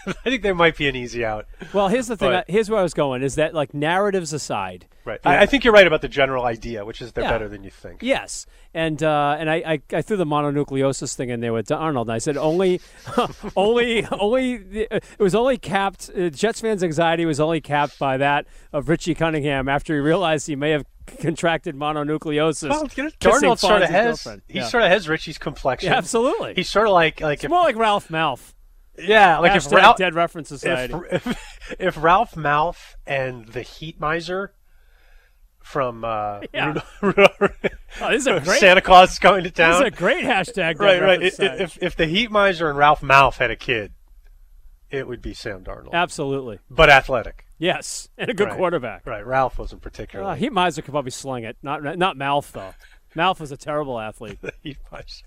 S2: I think there might be an easy out.
S1: Well, here's the thing.
S2: But-
S1: I- here's where I was going is that like narratives aside.
S2: Right. I, I think you're right about the general idea, which is they're
S1: Yeah.
S2: better than you think.
S1: Yes, and uh, and I, I, I threw the mononucleosis thing in there with Arnold, and I said only, only, only the, it was only capped. Uh, Jets fans' anxiety was only capped by that of Richie Cunningham after he realized he may have contracted mononucleosis.
S2: Well, you know,
S1: kissing
S2: Darnold sort of
S1: Fonzie's
S2: has
S1: girlfriend.
S2: he
S1: Yeah.
S2: sort of has Richie's complexion.
S1: Yeah, absolutely.
S2: He's sort of like like if,
S1: more like Ralph Malph.
S2: yeah, like if
S1: Hashtag
S2: Ralph
S1: Dead Reference Society.
S2: if, if, if Ralph Mouth and the Heat Miser from uh,
S1: Yeah.
S2: Rudolph-
S1: oh, this is a great.
S2: Santa Claus is going to
S1: This is
S2: town.
S1: a great hashtag. Dead
S2: right, right.
S1: Reference
S2: I- i-
S1: Society.
S2: If if the Heat Miser and Ralph Mouth had a kid, it would be Sam Darnold,
S1: absolutely.
S2: but athletic.
S1: Yes, and a good
S2: Right.
S1: quarterback.
S2: Right, Ralph wasn't
S1: Uh,
S2: particularly
S1: he Miser could probably sling it. Not not Malf though. Malf was a terrible athlete.
S2: the Heat Miser.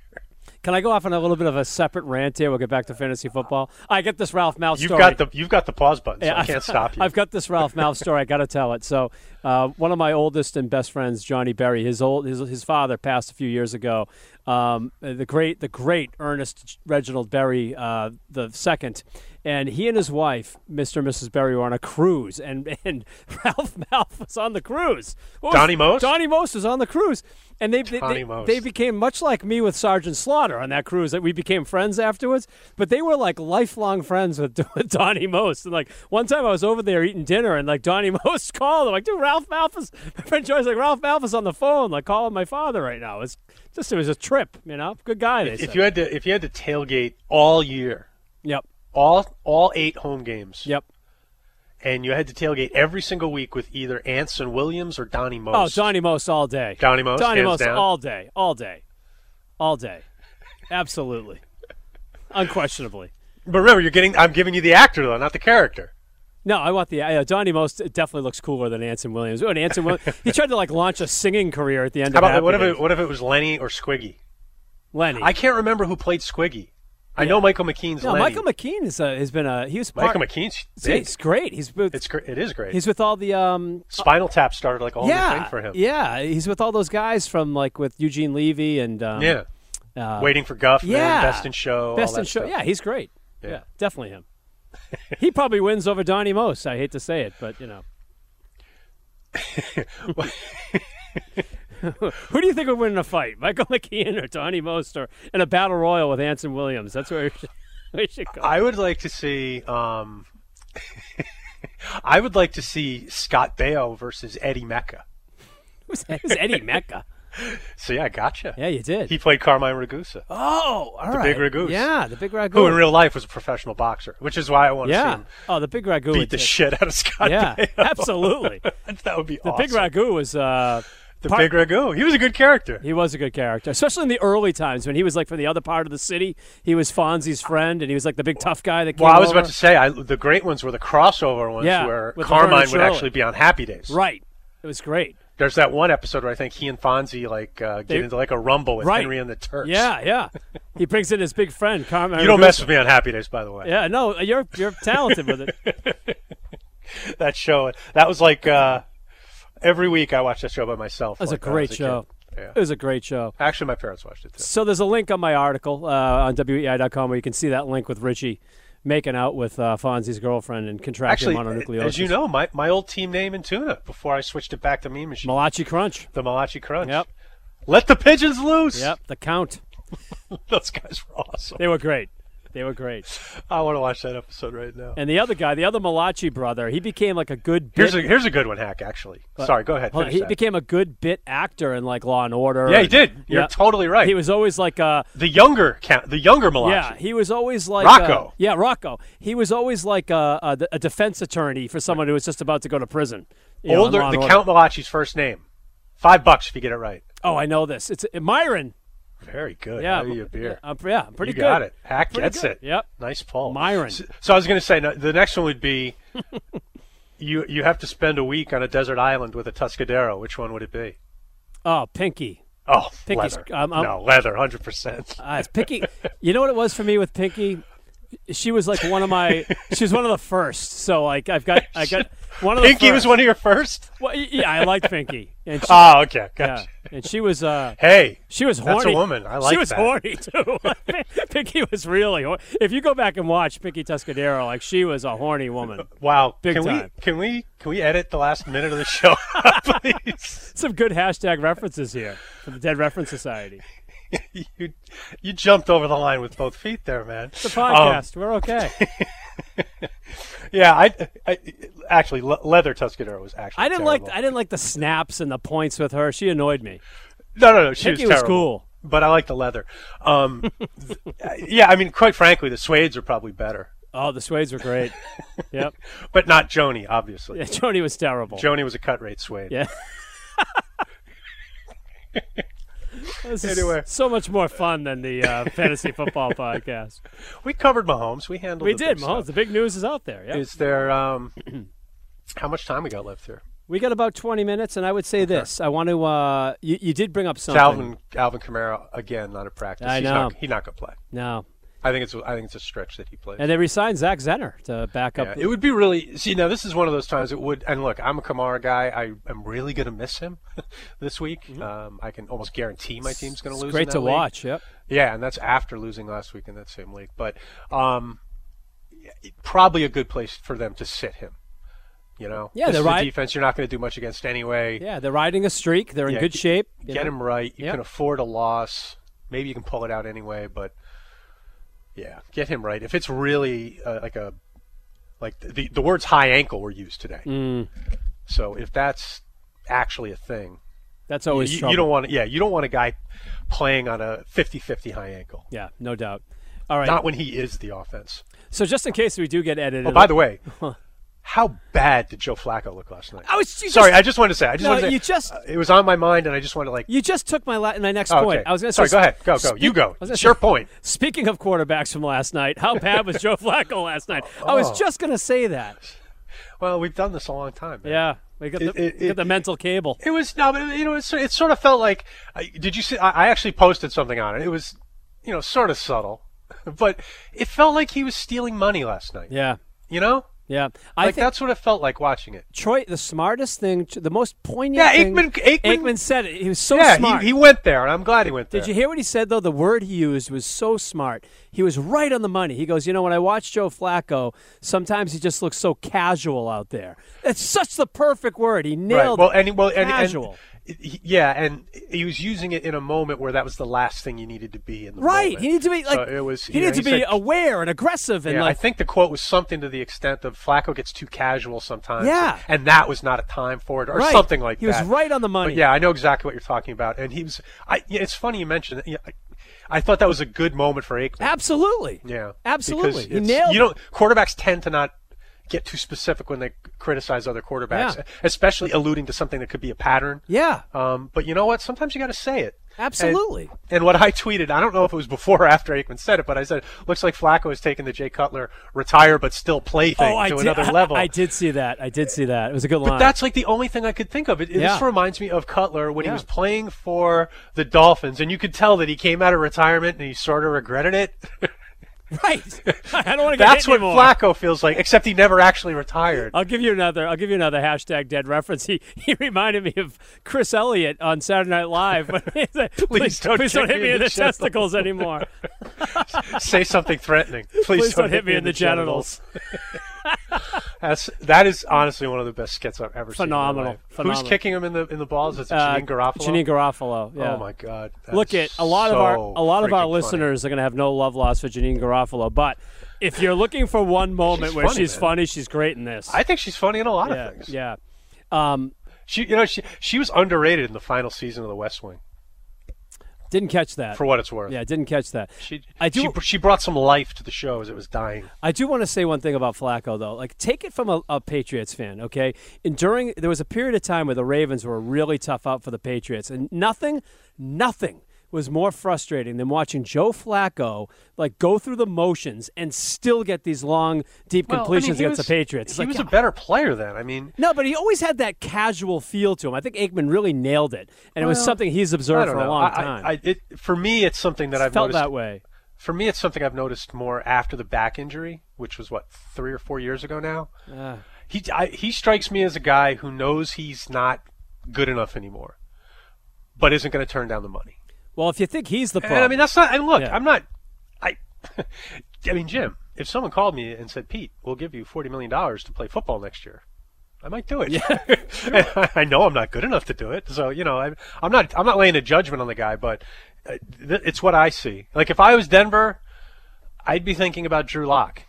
S1: Can I go off on a little bit of a separate rant here? We'll get back to fantasy football. I get this Ralph Malf
S2: You've
S1: story.
S2: got the you've got the pause button, so
S1: Yeah,
S2: I can't stop you.
S1: I've got this Ralph Mouth story. I got to tell it. So, uh, one of my oldest and best friends, Johnny Berry, his old his, his father passed a few years ago. Um, the great the great Ernest Reginald Berry uh, the second, and he and his wife, Mr. and Mrs. Berry, were on a cruise, and and Ralph Mouth was on the cruise. What was-
S2: Donnie Most?
S1: Donnie Most was on the cruise, and they they,
S2: Donnie
S1: they,
S2: Most.
S1: they became much like me with Sergeant Slaughter on that cruise. That we became friends afterwards, but they were like lifelong friends with, with Donnie Most. And like one time, I was over there eating dinner, and like Donnie Most called. I'm like, dude, Ralph Malfus. My friend Joy's like, Ralph Malfus on the phone, like calling my father right now. It's just it was a trip, you know. Good guy. They
S2: if
S1: said.
S2: you had to if you had to tailgate all year,
S1: yep,
S2: all all eight home games,
S1: yep.
S2: and you had to tailgate every single week with either Anson Williams or Donnie
S1: Oh,
S2: Most.
S1: Donnie Most all day.
S2: Donnie Most,
S1: Donnie
S2: hands
S1: Most
S2: down.
S1: all day, all day, all day. Absolutely, unquestionably.
S2: But remember, you're getting I'm giving you the actor though, not the character.
S1: No, I want the uh, Donnie Most. Definitely looks cooler than Anson Williams. Oh, and Anson Williams, he tried to like launch a singing career at the end
S2: How
S1: of
S2: about
S1: Happy
S2: what if
S1: Days.
S2: it, what if it was Lenny or Squiggy?
S1: Lenny.
S2: I can't remember who played Squiggy. I know Michael McKean's
S1: no,
S2: Lenny.
S1: Michael McKean is a, has been a he was part,
S2: Michael McKean's
S1: He's,
S2: big.
S1: great. He's with,
S2: It's great. It is great.
S1: he's with all the um
S2: Spinal Tap started like a whole new
S1: yeah
S2: thing for him.
S1: yeah he's with all those guys from like with Eugene Levy and um,
S2: Yeah.
S1: uh,
S2: Waiting for Guff.
S1: yeah.
S2: Best in Show.
S1: Best
S2: all
S1: in
S2: that
S1: Show.
S2: stuff.
S1: Yeah, he's great.
S2: Yeah.
S1: Yeah, definitely him. he probably wins over Donnie Most. I hate to say it, but you know. Who do you think would win in a fight, Michael McKean or Donnie Most, or in a battle royal with Anson Williams? That's where we should, we should go.
S2: I would like to see. Um, I would like to see Scott Baio versus Eddie Mecca.
S1: Who's that? Who's Eddie Mecca?
S2: See, I gotcha.
S1: Yeah, you did.
S2: He played Carmine Ragusa,
S1: oh, all right.
S2: Big Ragoose.
S1: Yeah, the big ragoose.
S2: who in real life was a professional boxer, which is why I want to see
S1: Oh. yeah.
S2: him
S1: Oh, the big ragoose.
S2: beat the shit out of Scott
S1: Yeah,
S2: Baio.
S1: absolutely.
S2: that would be
S1: The
S2: awesome.
S1: big ragoose was uh,
S2: the part, Big Ragu. He was a good character.
S1: He was a good character, especially in the early times when he was like from the other part of the city. He was Fonzie's friend, and he was like the big tough guy that.
S2: Well,
S1: I
S2: was
S1: over.
S2: about to say I, the great ones were the crossover ones,
S1: uh, Yeah,
S2: where
S1: with Laverne
S2: Carmine
S1: and
S2: would
S1: Shirley.
S2: actually be on Happy Days.
S1: Right. It was great.
S2: There's that one episode where I think he and Fonzie like uh, get
S1: They-
S2: into like a rumble with
S1: Right.
S2: Henry and the Turks.
S1: Yeah, yeah. he brings in his big friend Carmen.
S2: You don't mess with me on Happy Days, by the way.
S1: Yeah, no, you're you're talented with it.
S2: That show, that was like uh, every week I watched that show by myself.
S1: That's
S2: like,
S1: a
S2: when I
S1: great
S2: was
S1: show.
S2: kid. Yeah.
S1: It was a great show.
S2: Actually, my parents watched it too.
S1: So there's a link on my article uh, on wei.com where you can see that link with Richie making out with uh, Fonzie's girlfriend and contracting
S2: Actually,
S1: mononucleosis.
S2: as you know, my, my old team name in tuna before I switched it back to Mean Machine,
S1: Malachi Crunch.
S2: the Malachi Crunch.
S1: Yep.
S2: Let the pigeons loose.
S1: Yep, the count.
S2: Those guys were awesome.
S1: They were great. They were great.
S2: I want to watch that episode right now.
S1: And the other guy, the other Malachi brother, he became like a good bit.
S2: Here's a here's a good one, Hack. Actually, sorry, go ahead.
S1: Hold on,
S2: finish
S1: he
S2: that.
S1: became a good bit actor in like Law and Order.
S2: yeah, he
S1: and-
S2: did. You're
S1: Yeah.
S2: totally right.
S1: He was always like uh
S2: the younger count, the younger Malachi.
S1: Yeah, he was always like
S2: Rocco.
S1: uh, yeah, Rocco. He was always like a, a, a defense attorney for someone who was just about to go to prison. you know, in
S2: older
S1: Law and
S2: the
S1: Order.
S2: Count Malachi's first name. Five bucks if you get it right.
S1: Oh, I know this. It's uh, Myron.
S2: Very good.
S1: Yeah,
S2: Buy you a beer.
S1: I'm, yeah, I'm pretty
S2: you
S1: good.
S2: got it. Hack
S1: Pretty
S2: gets
S1: good.
S2: it.
S1: Yep.
S2: Nice Paul.
S1: Myron.
S2: So, so I was going to say no, the next one would be you. You have to spend a week on a desert island with a Tuscadero. Which one would it be?
S1: Oh, Pinky.
S2: Oh,
S1: Pinky's-
S2: leather.
S1: um, um,
S2: no, leather, hundred percent.
S1: Uh, it's Pinky. you know what it was for me with Pinky? She was like one of my. she was one of the first. So like I've got I got one of the.
S2: Pinky was
S1: first.
S2: one of your first.
S1: Well, y- yeah, I liked Pinky, and she,
S2: Oh, okay,
S1: yeah,
S2: gotcha.
S1: and she was. Uh,
S2: Hey,
S1: She was horny.
S2: a woman. I like
S1: She was
S2: that.
S1: horny too. Pinky was really. Hor- if you go back and watch Pinky Tuscadero, like she was a horny woman.
S2: wow.
S1: Big
S2: can
S1: time.
S2: we can we can we edit the last minute of the show, please?
S1: Some good hashtag references here from the Dead Reference Society.
S2: Um, you you jumped over the line with both feet there, man. It's
S1: The podcast, we're okay.
S2: yeah, I, I actually Le- leather Tuscadero was actually.
S1: I didn't
S2: terrible.
S1: like. I didn't like the snaps and the points with her. She annoyed me.
S2: No, no, no. She
S1: Pinky
S2: was,
S1: was
S2: terrible,
S1: cool.
S2: but I like the leather. Um, th- yeah, I mean, quite frankly, the suedes are probably better,
S1: Oh, the suedes were great. yep.
S2: but not Joni, obviously.
S1: Yeah, Joni was terrible.
S2: Joni was a cut rate suede.
S1: Yeah. This is
S2: Anyway.
S1: so much more fun than the uh, fantasy football podcast.
S2: We covered Mahomes. We handled.
S1: We
S2: the
S1: did,
S2: big
S1: Mahomes.
S2: stuff.
S1: The big news is out there. Yeah.
S2: Is there um, how much time we got left here?
S1: We got about 20 minutes, and I would say this. I want to, uh, you, you did bring up something.
S2: Alvin Alvin Kamara again, not a practice.
S1: I
S2: He's
S1: know.
S2: not, he's not gonna play.
S1: No.
S2: I think it's I think it's a stretch that he plays.
S1: And they resigned Zach Zenner to back up.
S2: Yeah, it would be really see now this is one of those times it would and look I'm a Kamara guy I am really gonna miss him this week um, I can almost guarantee my team's gonna lose in
S1: Mm-hmm. Great
S2: that
S1: to
S2: league.
S1: watch. Yep.
S2: yeah and that's after losing last week in that same league but um, it- probably a good place for them to sit him you know
S1: Yeah,
S2: this
S1: they're
S2: is a
S1: right.
S2: defense you're not gonna do much against anyway
S1: Yeah, they're riding a streak. They're in
S2: Yeah,
S1: good
S2: g-
S1: shape. you
S2: get
S1: know?
S2: him right you
S1: Yeah.
S2: can afford a loss maybe you can pull it out anyway but yeah get him right if it's really uh, like a like the the words high ankle were used today
S1: Mm,
S2: so if that's actually a thing,
S1: that's always
S2: you,
S1: trouble.
S2: you don't want yeah, you don't want a guy playing on a 50-50 high ankle.
S1: yeah, no doubt. All right.
S2: Not when he is the offense.
S1: so just in case we do get edited.
S2: Oh, by the way, how bad did Joe Flacco look last night?
S1: I was, you
S2: Sorry,
S1: Just,
S2: I just wanted to say. I just
S1: No,
S2: wanted to say,
S1: you just-
S2: uh, it was on my mind, and I just wanted to like.
S1: you just took my, la- my next
S2: oh,
S1: point.
S2: okay.
S1: I was going to
S2: Sorry,
S1: say.
S2: go ahead. Go go. you
S1: speak-
S2: go.
S1: I was gonna
S2: It's your
S1: say-
S2: point.
S1: Speaking of quarterbacks from last night, how bad was Joe Flacco last night? I
S2: Oh.
S1: was just going to say that.
S2: Well, we've done this a long time. man.
S1: Yeah. We got the,
S2: It- it-
S1: we got
S2: it-
S1: the mental cable.
S2: It was no, but you know, it, it sort of felt like. I- Did you see? I, I actually posted something on it. It was, you know, sort of subtle, but it felt like he was stealing money last night.
S1: Yeah.
S2: You know,
S1: Yeah. I
S2: like
S1: think
S2: that's what it felt like watching it.
S1: Troy, the smartest thing, the most poignant
S2: Yeah,
S1: thing.
S2: Aikman. Aikman,
S1: Aikman said it. He was so
S2: yeah,
S1: smart.
S2: he, he went there, and I'm glad he went there.
S1: Did you hear what he said though? The word he used was so smart. He was right on the money. He goes, you know, when I watch Joe Flacco, sometimes he just looks so casual out there. That's such the perfect word. He nailed
S2: Right. Well,
S1: it.
S2: and he- well, and, and-
S1: Casual.
S2: he- yeah, and he was using it in a moment where that was the last thing you needed to be in the
S1: right.
S2: moment.
S1: He needs to be
S2: So
S1: like
S2: it was.
S1: he
S2: you know,
S1: needs to be
S2: said-
S1: aware and aggressive and
S2: yeah, I
S1: like
S2: think the quote was something to the extent of Flacco gets too casual sometimes.
S1: Yeah.
S2: and that was not a time for it, or
S1: right.
S2: something like
S1: he
S2: that.
S1: was right on the money.
S2: But yeah, I know exactly what you're talking about, and he was. I, yeah, it's funny you mentioned it. Yeah, I, I thought that was a good moment for Aikman.
S1: Absolutely.
S2: Yeah,
S1: Absolutely.
S2: because
S1: He
S2: it's-
S1: nailed
S2: You
S1: it.
S2: don't quarterbacks tend to not get too specific when they criticize other quarterbacks, yeah. especially alluding to something that could be a pattern.
S1: Yeah.
S2: Um, but you know what? Sometimes you got to say it.
S1: Absolutely.
S2: And, and, what I tweeted, I don't know if it was before or after Aikman said it, but I said, looks like Flacco has taken the Jay Cutler retire but still play thing
S1: oh,
S2: to
S1: did,
S2: another level.
S1: I, I, did see that. I did see that. It was a good
S2: but
S1: line.
S2: that's like the only thing I could think of. It, it yeah. just reminds me of Cutler when yeah. he was playing for the Dolphins, and you could tell that he came out of retirement and he sort of regretted it.
S1: Right. I don't want to
S2: get That's
S1: what
S2: anymore. Flacco feels like, except he never actually retired.
S1: I'll give you another. I'll give you another hashtag dead reference. He he reminded me of Chris Elliott on Saturday Night Live. But please,
S2: please, don't,
S1: please don't hit me in the,
S2: genitals.
S1: testicles anymore.
S2: Say something threatening. Please,
S1: please
S2: don't,
S1: don't, hit me in the genitals.
S2: genitals. That's that is honestly one of the best skits I've ever
S1: Phenomenal.
S2: seen.
S1: Phenomenal.
S2: Who's kicking him in the in the balls? Is it Janine Garofalo?
S1: Uh, Janine Garofalo. Yeah.
S2: Oh my God.
S1: Look at a lot
S2: so
S1: of our a lot of our
S2: funny.
S1: listeners are going to have no love lost for Janine Garofalo, but if you're looking for one moment
S2: She's
S1: where
S2: funny,
S1: she's
S2: man.
S1: funny, she's great in this.
S2: I think she's funny in a lot
S1: yeah,
S2: of things.
S1: yeah. Um,
S2: She, you know, she she was underrated in the final season of The West Wing.
S1: didn't catch that.
S2: For what it's worth,
S1: yeah, didn't catch that.
S2: She,
S1: I do-
S2: She, she brought some life to the show as it was dying.
S1: I do want to say one thing about Flacco, though. Like, take it from a, a Patriots fan, okay? And during there was a period of time where the Ravens were a really tough out for the Patriots, and nothing, nothing was more frustrating than watching Joe Flacco like go through the motions and still get these long, deep
S2: Well, I mean,
S1: completions
S2: he
S1: against
S2: was-
S1: the Patriots. It's
S2: he
S1: like,
S2: was a better player then. I mean,
S1: no, but he always had that casual feel to him. I think Aikman really nailed it, and it was
S2: Well,
S1: something he's
S2: I
S1: observed
S2: don't
S1: for
S2: know.
S1: a long
S2: I- I-
S1: time.
S2: I, it, for me, it's something that I've
S1: felt
S2: noticed.
S1: that way.
S2: For me, it's something I've noticed more after the back injury, which was what three or four years ago now. He I, he strikes me as a guy who knows he's not good enough anymore, but isn't going to turn down the money.
S1: Well, if you think he's the problem,
S2: And I mean, that's not. And look,
S1: Yeah.
S2: I'm not. I. I mean, Jim, if someone called me and said, "Pete, we'll give you forty million dollars to play football next year," I might do it. And I- I know I'm not good enough to do it, so you know, I'm, I'm not. I'm not laying a judgment on the guy, but uh, th- it's what I see. Like if I was Denver, I'd be thinking about Drew Lock,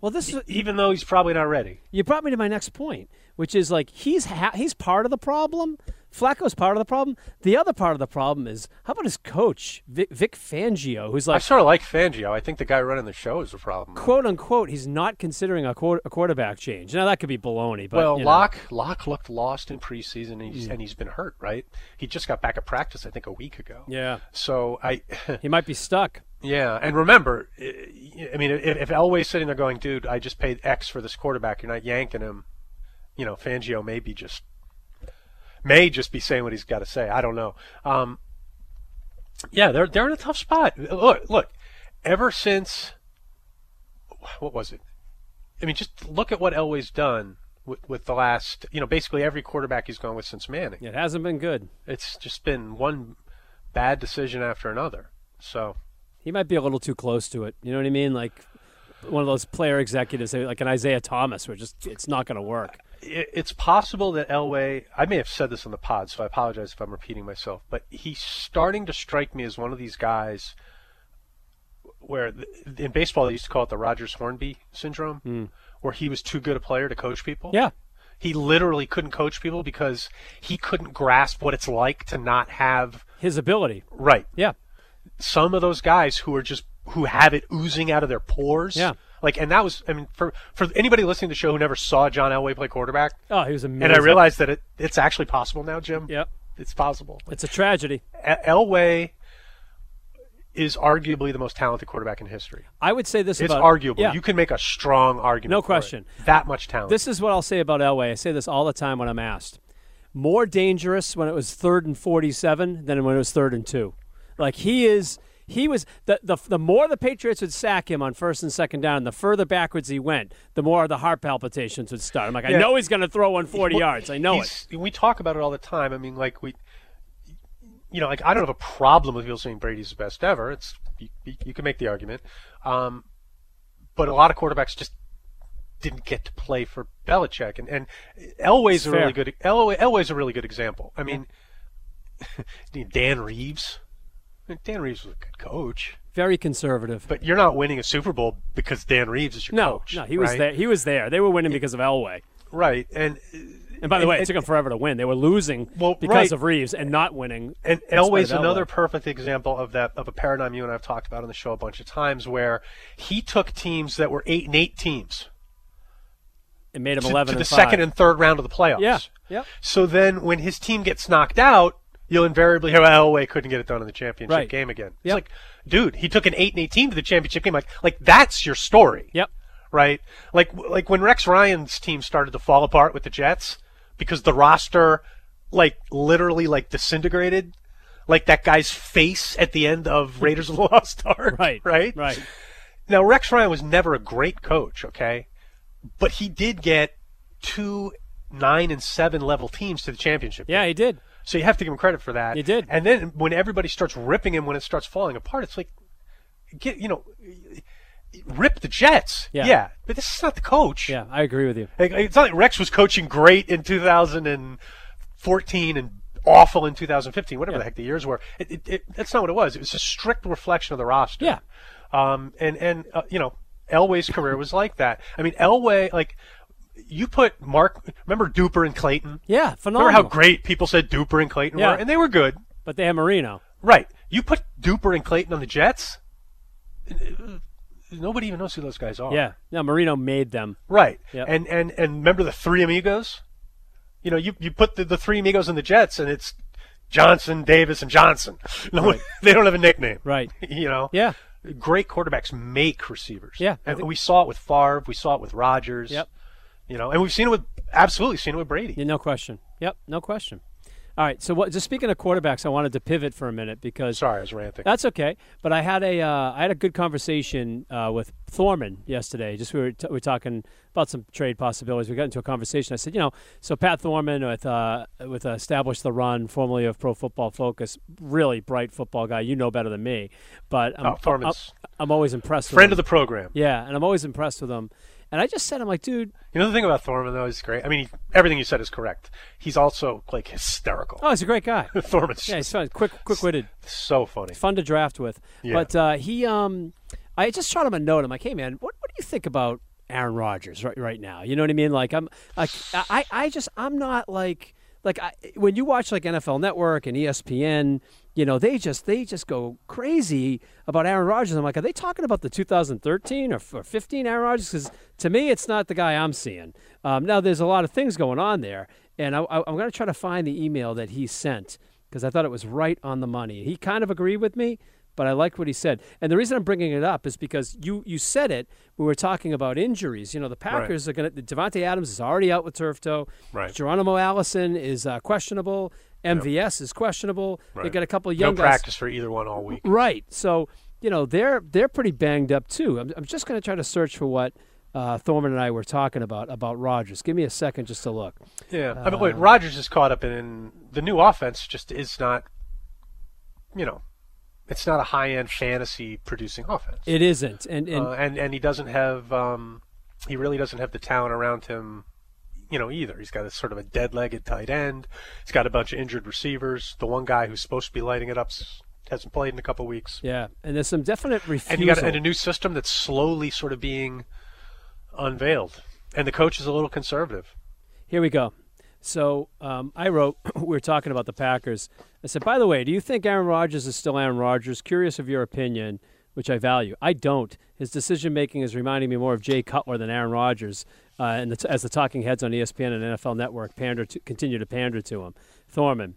S1: well, this is
S2: even though he's probably not ready.
S1: you brought me to my next point, which is like he's ha- he's part of the problem. Flacco's part of the problem. The other part of the problem is how about his coach Vic, Vic Fangio, who's
S2: I
S1: like
S2: sort of like Fangio. I think the guy running the show is the problem.
S1: quote unquote he's not considering a, quar- a quarterback change. Now that could be baloney, but
S2: Well,
S1: you know. Hmm.
S2: Locke Locke looked lost in preseason, and he's, and he's been hurt, right? He just got back at practice, I think, a week ago.
S1: yeah,
S2: So I,
S1: he might be stuck.
S2: yeah, and remember, I I mean, if, if Elway's sitting there going, "Dude, I just paid X for this quarterback. You're not yanking him," you know, Fangio may be just may just be saying what he's got to say. I don't know. Um, yeah, they're they're in a tough spot. Look, look, ever since what was it? I mean, just look at what Elway's done with with the last, you know, basically every quarterback he's gone with since Manning
S1: It hasn't been good.
S2: it's just been one bad decision after another. So
S1: He might be a little too close to it. You know what I mean? Like one of those player executives, like an Isaiah Thomas, where just it's not going to work.
S2: it, it's possible that Elway, I may have said this on the pod, so I apologize if I'm repeating myself, but he's starting to strike me as one of these guys where th- in baseball they used to call it the Rogers Hornby syndrome, where he was too good a player to coach people.
S1: Hmm. Yeah,
S2: He literally couldn't coach people because he couldn't grasp what it's like to not have
S1: his ability.
S2: right.
S1: Yeah,
S2: some of those guys who are just who have it oozing out of their pores.
S1: Yeah.
S2: Like, and that was, I mean, for for anybody listening to the show who never saw John Elway play quarterback,
S1: oh, he was amazing.
S2: and I realized that it it's actually possible now, Jim.
S1: Yep,
S2: It's possible.
S1: it's a tragedy.
S2: E- Elway is arguably the most talented quarterback in history.
S1: I would say this
S2: It's
S1: about
S2: arguable.
S1: Yeah.
S2: You can make a strong argument.
S1: No
S2: for it.
S1: question.
S2: That much talent.
S1: This is what I'll say about Elway. I say this all the time when I'm asked. More dangerous when it was third and 47 than when it was third and two. Like he is, he was the the, the more the Patriots would sack him on first and second down, the further backwards he went, the more the heart palpitations would start. I'm like, I
S2: Yeah.
S1: know he's going to throw one 40 yards. I know it.
S2: He's- We talk about it all the time. I mean, like we, you know, like I don't have a problem with people saying Brady's the best ever. It's you, you you can make the argument, um, but a lot of quarterbacks just didn't get to play for Belichick, and and Elway's a
S1: Fair.
S2: really good Elway, Elway's a really good example. I mean, Dan Reeves. Dan Reeves was a good coach,
S1: Very conservative.
S2: but you're not winning a Super Bowl because Dan Reeves is your
S1: no,
S2: coach.
S1: no, he was
S2: right?
S1: there. He was there. They were winning because of Elway.
S2: Right, and
S1: And by the way, it
S2: and-
S1: took him forever to win. They were losing
S2: Well,
S1: because
S2: right.
S1: of Reeves and not winning.
S2: And
S1: in spite of
S2: Elway's
S1: Elway.
S2: another perfect example of that of a paradigm you and I've talked about on the show a bunch of times, where he took teams that were eight and eight teams,
S1: and made him
S2: to,
S1: eleven
S2: to the
S1: and five.
S2: second and third round of the playoffs.
S1: yeah, yep.
S2: So then when his team gets knocked out, you'll invariably hear Elway couldn't get it done in the championship
S1: Right.
S2: game again. It's
S1: Yep.
S2: like, dude, he took an eight and eighteen to the championship game. Like, like that's your story.
S1: Yep.
S2: Right. Like, like when Rex Ryan's team started to fall apart with the Jets because the roster, like, literally like disintegrated. Like that guy's face at the end of Raiders of the Lost Ark.
S1: Right.
S2: Right.
S1: Right.
S2: Now, Rex Ryan was never a great coach, okay? But he did get two nine and seven level teams to the championship.
S1: Yeah, he did.
S2: So you have to give him credit for that.
S1: He did.
S2: And then when everybody starts ripping him when it starts falling apart, it's like get you know rip the Jets.
S1: Yeah.
S2: But this is not the coach.
S1: Yeah, I agree with you.
S2: Like, it's not like Rex was coaching great in 2014 and awful in 2015, whatever the heck the years were. It, it, it, that's not what it was. It was a strict reflection of the roster.
S1: Yeah.
S2: Um, and and uh, you know, Elway's career was like that. I mean, Elway, like you put Mark. Remember Duper and Clayton.
S1: Yeah,
S2: Remember
S1: phenomenal.
S2: how great people said Duper and Clayton
S1: Oh. Yeah.
S2: were, and they were good.
S1: But they have Marino.
S2: Right. You put Duper and Clayton on the Jets. Nobody even knows who those guys are.
S1: Yeah, no, Marino made them.
S2: Right.
S1: Yep.
S2: And and and remember the three amigos? You know, you you put the, the three amigos in the Jets and it's Johnson, Davis, and Johnson. No one, they don't have a nickname.
S1: Right.
S2: You know?
S1: Yeah.
S2: Great quarterbacks make receivers.
S1: Yeah, I
S2: And
S1: think-
S2: we saw it with Favre, we saw it with Rodgers.
S1: Yep.
S2: You know, and we've seen it with absolutely seen it with Brady.
S1: Yeah, no question. Yep, no question. All right. So, what, just speaking of quarterbacks, I wanted to pivot for a minute because
S2: Sorry, I was ranting.
S1: that's okay. But I had a uh, I had a good conversation uh, with Thorman yesterday. Just we were, t- we were talking about some trade possibilities. We got into a conversation. I said, you know, so Pat Thorman with uh, with uh, Establish the Run, formerly of Pro Football Focus, really bright football guy. You know better than me, but I'm,
S2: Oh, Thorman's-
S1: I'm, I'm always impressed.
S2: Friend of
S1: with him.
S2: the program.
S1: yeah, and I'm always impressed with him. And I just said, I'm like, dude,
S2: You know the thing about Thorman though is great. I mean, he, everything you said is correct. He's also like hysterical.
S1: oh, he's a great guy.
S2: Thorman's
S1: Yeah, he's fun, quick, quick witted.
S2: so funny.
S1: fun to draft with.
S2: Yeah.
S1: But uh, he, um, I just shot him a note. I'm like, hey man, what, what do you think about Aaron Rodgers right right now? You know what I mean? Like I'm, like I, I just I'm not like like I, when you watch like NFL Network and E ESPN. You know, they just they just go crazy about Aaron Rodgers. I'm like, are they talking about the 2013 or, or 15 Aaron Rodgers? Because to me, it's not the guy I'm seeing. Um, now, there's a lot of things going on there, and I, I, I'm going to try to find the email that he sent because I thought it was right on the money. He kind of agreed with me, but I liked what he said. And the reason I'm bringing it up is because you you said it. We were talking about injuries. You know, the Packers are going to. Devontae Adams is already out with turf toe.
S2: Right.
S1: Geronimo Allison is uh, questionable. MVS is questionable. They
S2: Right.
S1: got a couple of
S2: No
S1: young guys.
S2: practice for either one all week.
S1: Right. So you know they're they're pretty banged up too. I'm, I'm just going to try to search for what uh, Thorman and I were talking about about Rogers. Give me a second just to look.
S2: Yeah, I mean, wait, Rodgers is caught up in the new offense. Just is not, you know, it's not a high-end fantasy-producing offense,
S1: It isn't, and and
S2: uh, and and he doesn't have, um, he really doesn't have the talent around him, you know, either. He's got a sort of a dead-legged tight end. He's got a bunch of injured receivers. The one guy who's supposed to be lighting it up s- hasn't played in a couple weeks.
S1: yeah, and there's some definite refusal.
S2: and you got and a new system that's slowly sort of being unveiled, and the coach is a little conservative.
S1: Here we go. So um, I wrote, we were talking about the Packers. I said, by the way, do you think Aaron Rodgers is still Aaron Rodgers? Curious of your opinion, which I value. I don't. His decision making is reminding me more of Jay Cutler than Aaron Rodgers. Uh, and the t- as the talking heads on E ESPN and NFL Network pander to, continue to pander to him, Thorman,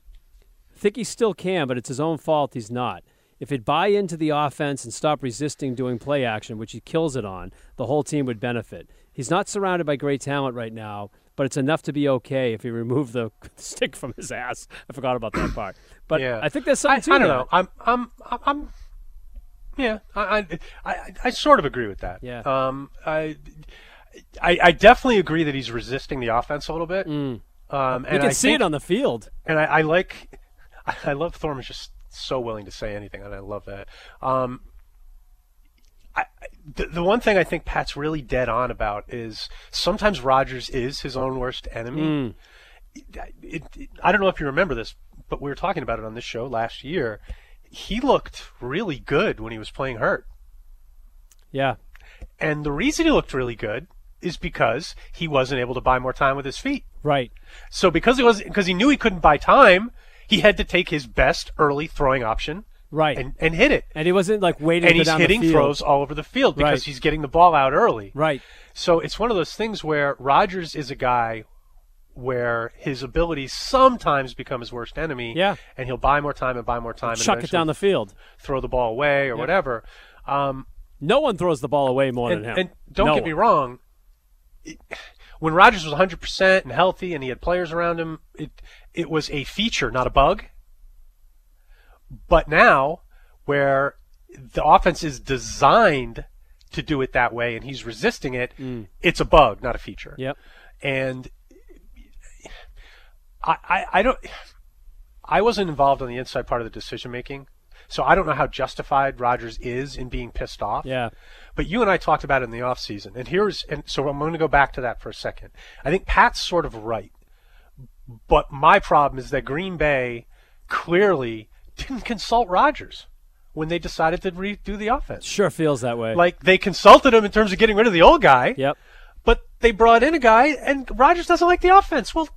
S1: think he still can, but it's his own fault he's not. If he'd buy into the offense and stop resisting doing play action, which he kills it on, the whole team would benefit. He's not surrounded by great talent right now, but it's enough to be okay if he removed the stick from his ass. I forgot about that part, but
S2: Yeah.
S1: I think there's
S2: I, I
S1: something
S2: don't
S1: to that.
S2: know. I'm I'm I'm, I'm yeah. I, I I I sort of agree with that.
S1: Yeah.
S2: Um. I. I, I definitely agree that he's resisting the offense a little bit. Um, and
S1: You Mm. can
S2: I
S1: see
S2: think,
S1: it on the field.
S2: and I, I like, I, I love Thorman's just so willing to say anything, and I love that. Um, I, I- the, the one thing I think Pat's really dead on about is sometimes Rogers is his own worst enemy. It- it- I don't know if you remember this, but we were talking about it on this show last year. He looked really good when he was playing hurt.
S1: Yeah,
S2: And the reason he looked really good is because he wasn't able to buy more time with his feet.
S1: right.
S2: So because he was because he knew he couldn't buy time, he had to take his best early throwing option
S1: Right.
S2: and, and hit it.
S1: and he wasn't like waiting
S2: And
S1: for
S2: he's
S1: down
S2: hitting
S1: the field.
S2: throws all over the field because
S1: Right.
S2: he's getting the ball out early.
S1: Right.
S2: So it's one of those things where Rodgers is a guy where his abilities sometimes become his worst enemy.
S1: Yeah.
S2: And he'll buy more time and buy more time
S1: Chuck
S2: and
S1: it down the field.
S2: throw the ball away or whatever. Um,
S1: No one throws the ball away more
S2: and,
S1: than him.
S2: and don't
S1: No
S2: get me
S1: one.
S2: wrong. it- When Rodgers was 100% and healthy and he had players around him, it it was a feature, not a bug. But now, where the offense is designed to do it that way and he's resisting it, it's a bug, not a feature.
S1: Mm. Yep.
S2: and I, I, I don't I wasn't involved on the inside part of the decision making, so I don't know how justified Rogers is in being pissed off.
S1: Yeah.
S2: But you and I talked about it in the offseason, and here's and so I'm going to go back to that for a second. I think Pat's sort of right, but my problem is that Green Bay clearly didn't consult Rogers when they decided to redo the offense.
S1: Sure feels that way.
S2: Like they consulted him in terms of getting rid of the old guy.
S1: yep.
S2: But they brought in a guy, and Rogers doesn't like the offense. Well,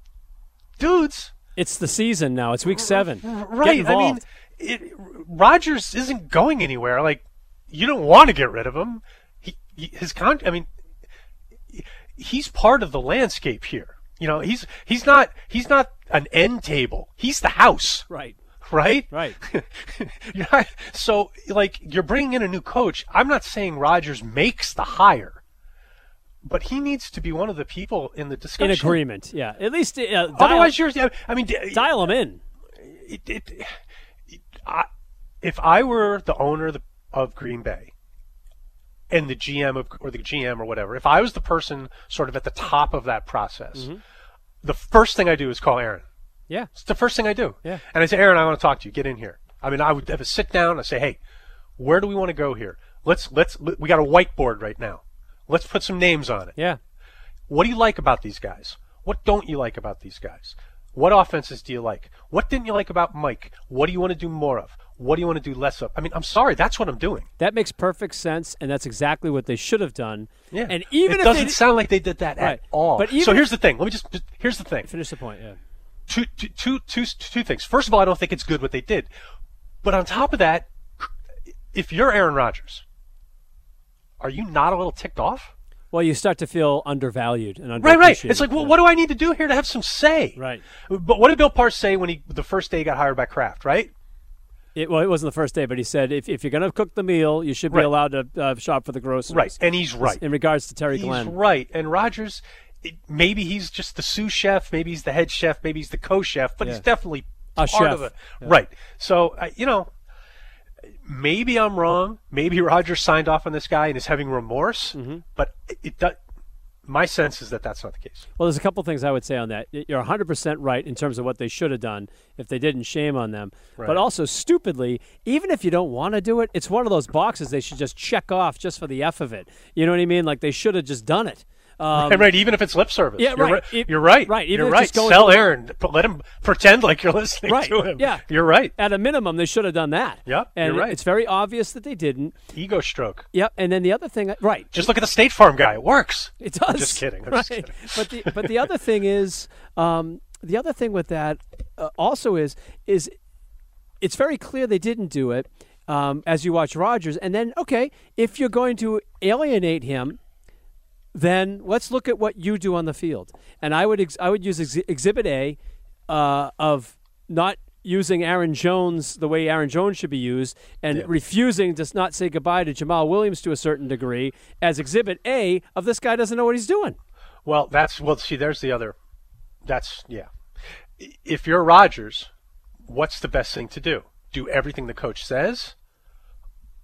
S2: dudes,
S1: It's the season now. It's week seven.
S2: r-
S1: Get
S2: right? I mean,
S1: involved.
S2: it, Rogers isn't going anywhere. Like, you don't want to get rid of him. He, he- his con. I mean, he's part of the landscape here. You know, he's he's not he's not an end table. He's the house,
S1: right.
S2: right?
S1: Right.
S2: You're not- so, like, you're bringing in a new coach. I'm not saying Rogers makes the hire, but he needs to be one of the people in the
S1: In
S2: discussion.
S1: agreement. Yeah. At least uh, dial,
S2: Otherwise, you're. I mean, d-
S1: dial him in.
S2: it, it, I, if I were the owner of, the, of Green Bay and the GM of, or the GM or whatever, if I was the person sort of at the top of that process, the first thing I do is call Aaron.
S1: Mm-hmm. Yeah.
S2: It's the first thing I do.
S1: Yeah.
S2: And I say, Aaron, I want to talk to you. Get in here. I mean, I would have a sit down. I say, hey, where do we want to go here? Let's let's we got a whiteboard right now. Let's put some names on it.
S1: Yeah.
S2: What do you like about these guys? What don't you like about these guys? What offenses do you like? What didn't you like about Mike? What do you want to do more of? What do you want to do less of? I mean, I'm sorry, that's what I'm doing.
S1: That makes perfect sense, and that's exactly what they should have done.
S2: Yeah.
S1: And even
S2: it
S1: if
S2: doesn't
S1: they
S2: sound like they did that
S1: Right.
S2: at all.
S1: But
S2: so
S1: even-
S2: here's the thing. Let me just, just here's the thing.
S1: finish the point, yeah.
S2: Two, two, two, two, two things. First of all, I don't think it's good what they did. But on top of that, if you're Aaron Rodgers, are you not a little ticked off?
S1: Well, you start to feel undervalued and underappreciated.
S2: Right, right. It's like, well,
S1: yeah.
S2: what do I need to do here to have some say?
S1: Right.
S2: But what did Bill Parr say when he the first day he got hired by Kraft? Right.
S1: It, well, it wasn't the first day, but he said if, if you're going to cook the meal, you should be
S2: Right.
S1: allowed to uh, shop for the groceries.
S2: Right, and he's right.
S1: In regards to Terry
S2: He's
S1: Glenn.
S2: right. And Rogers, it, maybe he's just the sous chef, maybe he's the head chef, maybe he's the co-chef, but he's
S1: Yeah.
S2: definitely
S1: A
S2: part of
S1: chef.
S2: it. Right. So I you know, maybe I'm wrong. Maybe Rogers signed off on this guy and is having remorse.
S1: Mm-hmm.
S2: But it, it does. My sense is that that's not the case.
S1: Well, there's a couple things I would say on that. Y- You're 100% right in terms of what they should have done. If they didn't, shame on them. But also, stupidly, even if you don't want to do it, it's one of those boxes they should just check off just for the F of it. You know what I mean? Like they should have just done it. Um,
S2: and right, even if it's lip service.
S1: yeah,
S2: you're
S1: right.
S2: ri-
S1: If-
S2: you're right.
S1: right, even
S2: You're
S1: if
S2: right.
S1: it's going
S2: Sell
S1: to-
S2: Aaron. But let him pretend like you're listening
S1: Right,
S2: to him.
S1: yeah.
S2: You're right.
S1: at a minimum, they should have done that.
S2: Yep,
S1: And
S2: you're right.
S1: it's very obvious that they didn't.
S2: Ego stroke.
S1: Yep. And then the other thing, right.
S2: Just look at the State Farm guy. It works.
S1: It does.
S2: just kidding. I'm
S1: right?
S2: just kidding.
S1: But the but the other thing is, um, the other thing with that uh, also is is it's very clear they didn't do it um, as you watch Rogers. And then okay, if you're going to alienate him, then let's look at what you do on the field. And I would ex- I would use ex- Exhibit A uh, of not using Aaron Jones the way Aaron Jones should be used and refusing to s- not say goodbye to Jamal Williams to a certain degree as Exhibit A of this guy doesn't know what he's doing.
S2: Well, that's well. See, there's the other. That's yeah. I- If you're Rogers, what's the best thing to do? Do everything the coach says,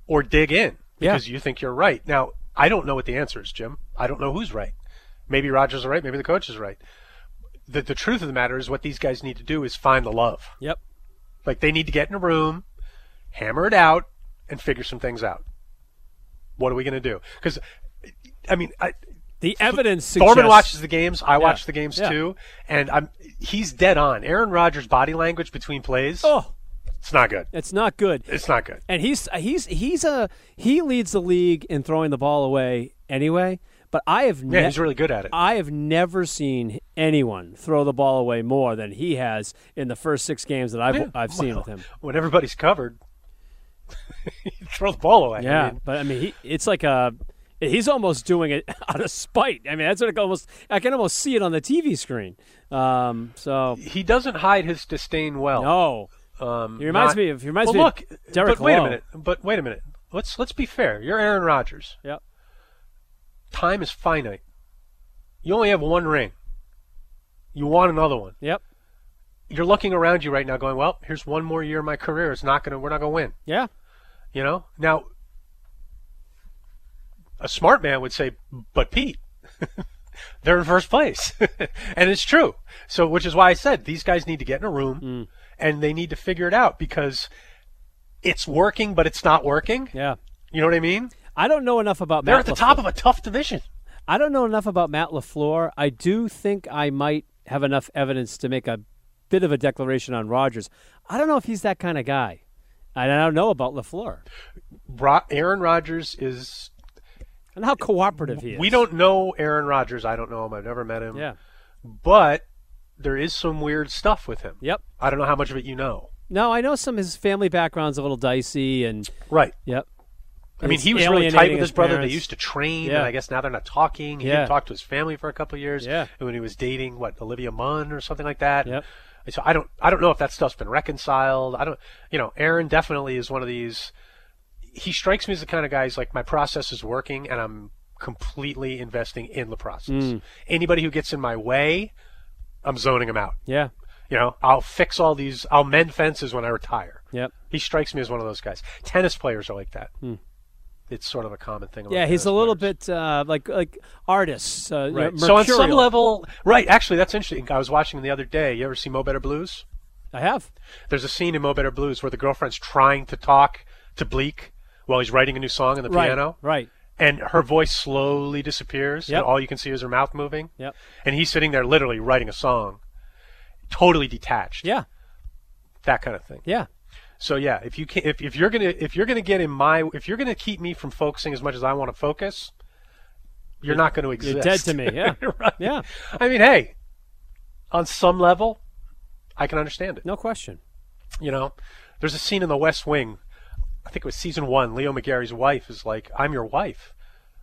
S2: or dig in
S1: Yeah.
S2: because you think you're right. Now, I don't know what the answer is, Jim. I don't know who's right. Maybe Rogers is right. Maybe the coach is right. The, the truth of the matter is, what these guys need to do is find the love.
S1: Yep.
S2: Like they need to get in a room, hammer it out, and figure some things out. What are we going to do? Because, I mean, I,
S1: The evidence suggests
S2: Thorman watches the games. I watch the games
S1: yeah.
S2: too, and I'm he's dead on. Aaron Rodgers' body language between plays.
S1: Oh,
S2: It's not good.
S1: it's not good.
S2: It's not good.
S1: And he's he's he's a he leads the league in throwing the ball away anyway, but I have
S2: Yeah,
S1: ne-
S2: he's really good at it.
S1: I have never seen anyone throw the ball away more than he has in the first six games that I've, I've seen with him.
S2: When everybody's covered, throw the ball away.
S1: Yeah,
S2: I mean,
S1: but I mean, he, it's like a. He's almost doing it out of spite. I mean, that's what it almost. I can almost see it on the TV screen. Um, so
S2: he doesn't hide his disdain well.
S1: no,
S2: Um,
S1: he reminds
S2: not-
S1: me of. He reminds
S2: Well,
S1: me.
S2: look,
S1: of Derek
S2: but wait a
S1: Lowe.
S2: minute. But wait a minute. Let's let's be fair. You're Aaron Rodgers.
S1: Yep.
S2: Time is finite. You only have one ring. You want another one.
S1: Yep.
S2: You're looking around you right now, going, "Well, here's one more year of my career. It's not gonna. We're not gonna win."
S1: Yeah.
S2: You know. Now, a smart man would say, "But Pete, they're in first place," and it's true. So, which is why I said these guys need to get in a room and they need to figure it out because it's working, but it's not working.
S1: Yeah.
S2: You know what I mean?
S1: I don't know enough about
S2: They're
S1: Matt
S2: at the
S1: LaFleur.
S2: top of a tough division.
S1: I don't know enough about Matt LaFleur. I do think I might have enough evidence to make a bit of a declaration on Rodgers. I don't know if he's that kind of guy. And I don't know about LaFleur
S2: Ro- Aaron Rodgers is.
S1: and how cooperative he is.
S2: We don't know Aaron Rodgers. I don't know him. I've never met him.
S1: Yeah.
S2: But there is some weird stuff with him.
S1: Yep.
S2: I don't know how much of it you know.
S1: No, I know some of his family background's a little dicey and
S2: Right.
S1: yep.
S2: I mean,
S1: It's
S2: he was really tight
S1: alienating
S2: with his, brother.
S1: parents.
S2: They used to train,
S1: Yeah.
S2: and I guess now they're not talking. He
S1: Yeah.
S2: didn't talk to his family for a couple of years.
S1: Yeah.
S2: And when he was dating, what Olivia Munn or something like that.
S1: Yep.
S2: And So I don't, I don't know if that stuff's been reconciled. I don't, you know, Aaron definitely is one of these. He strikes me as the kind of guy who's like, my process is working, and I'm completely investing in the process.
S1: Hmm.
S2: Anybody who gets in my way, I'm zoning them out.
S1: Yeah.
S2: You know, I'll fix all these. I'll mend fences when I retire.
S1: Yep.
S2: He strikes me as one of those guys. Tennis players are like that. It's sort of a common thing. About
S1: Hmm. Yeah, he's a
S2: tennis
S1: little
S2: players.
S1: bit uh, like like artists. Uh, you know,
S2: right. So on some
S1: mercurial.
S2: level, right? Actually, that's interesting. I was watching the other day. You ever see Mo Better Blues?
S1: I have.
S2: There's a scene in Mo Better Blues where the girlfriend's trying to talk to Bleak while he's writing a new song on the
S1: Right.
S2: piano,
S1: Right.
S2: and her voice slowly disappears,
S1: Yep.
S2: and all you can see is her mouth moving.
S1: Yep.
S2: And he's sitting there, literally writing a song, totally detached.
S1: Yeah.
S2: That kind of thing.
S1: Yeah.
S2: So yeah, if you can, if, if you're gonna if you're gonna get in my if you're gonna keep me from focusing as much as I want to focus, you're, not going to exist.
S1: You're dead to me. Yeah.
S2: Right.
S1: Yeah.
S2: I mean, hey, on some level, I can understand it.
S1: No question.
S2: You know, there's a scene in The West Wing. I think it was season one. Leo McGarry's wife is like, "I'm your wife.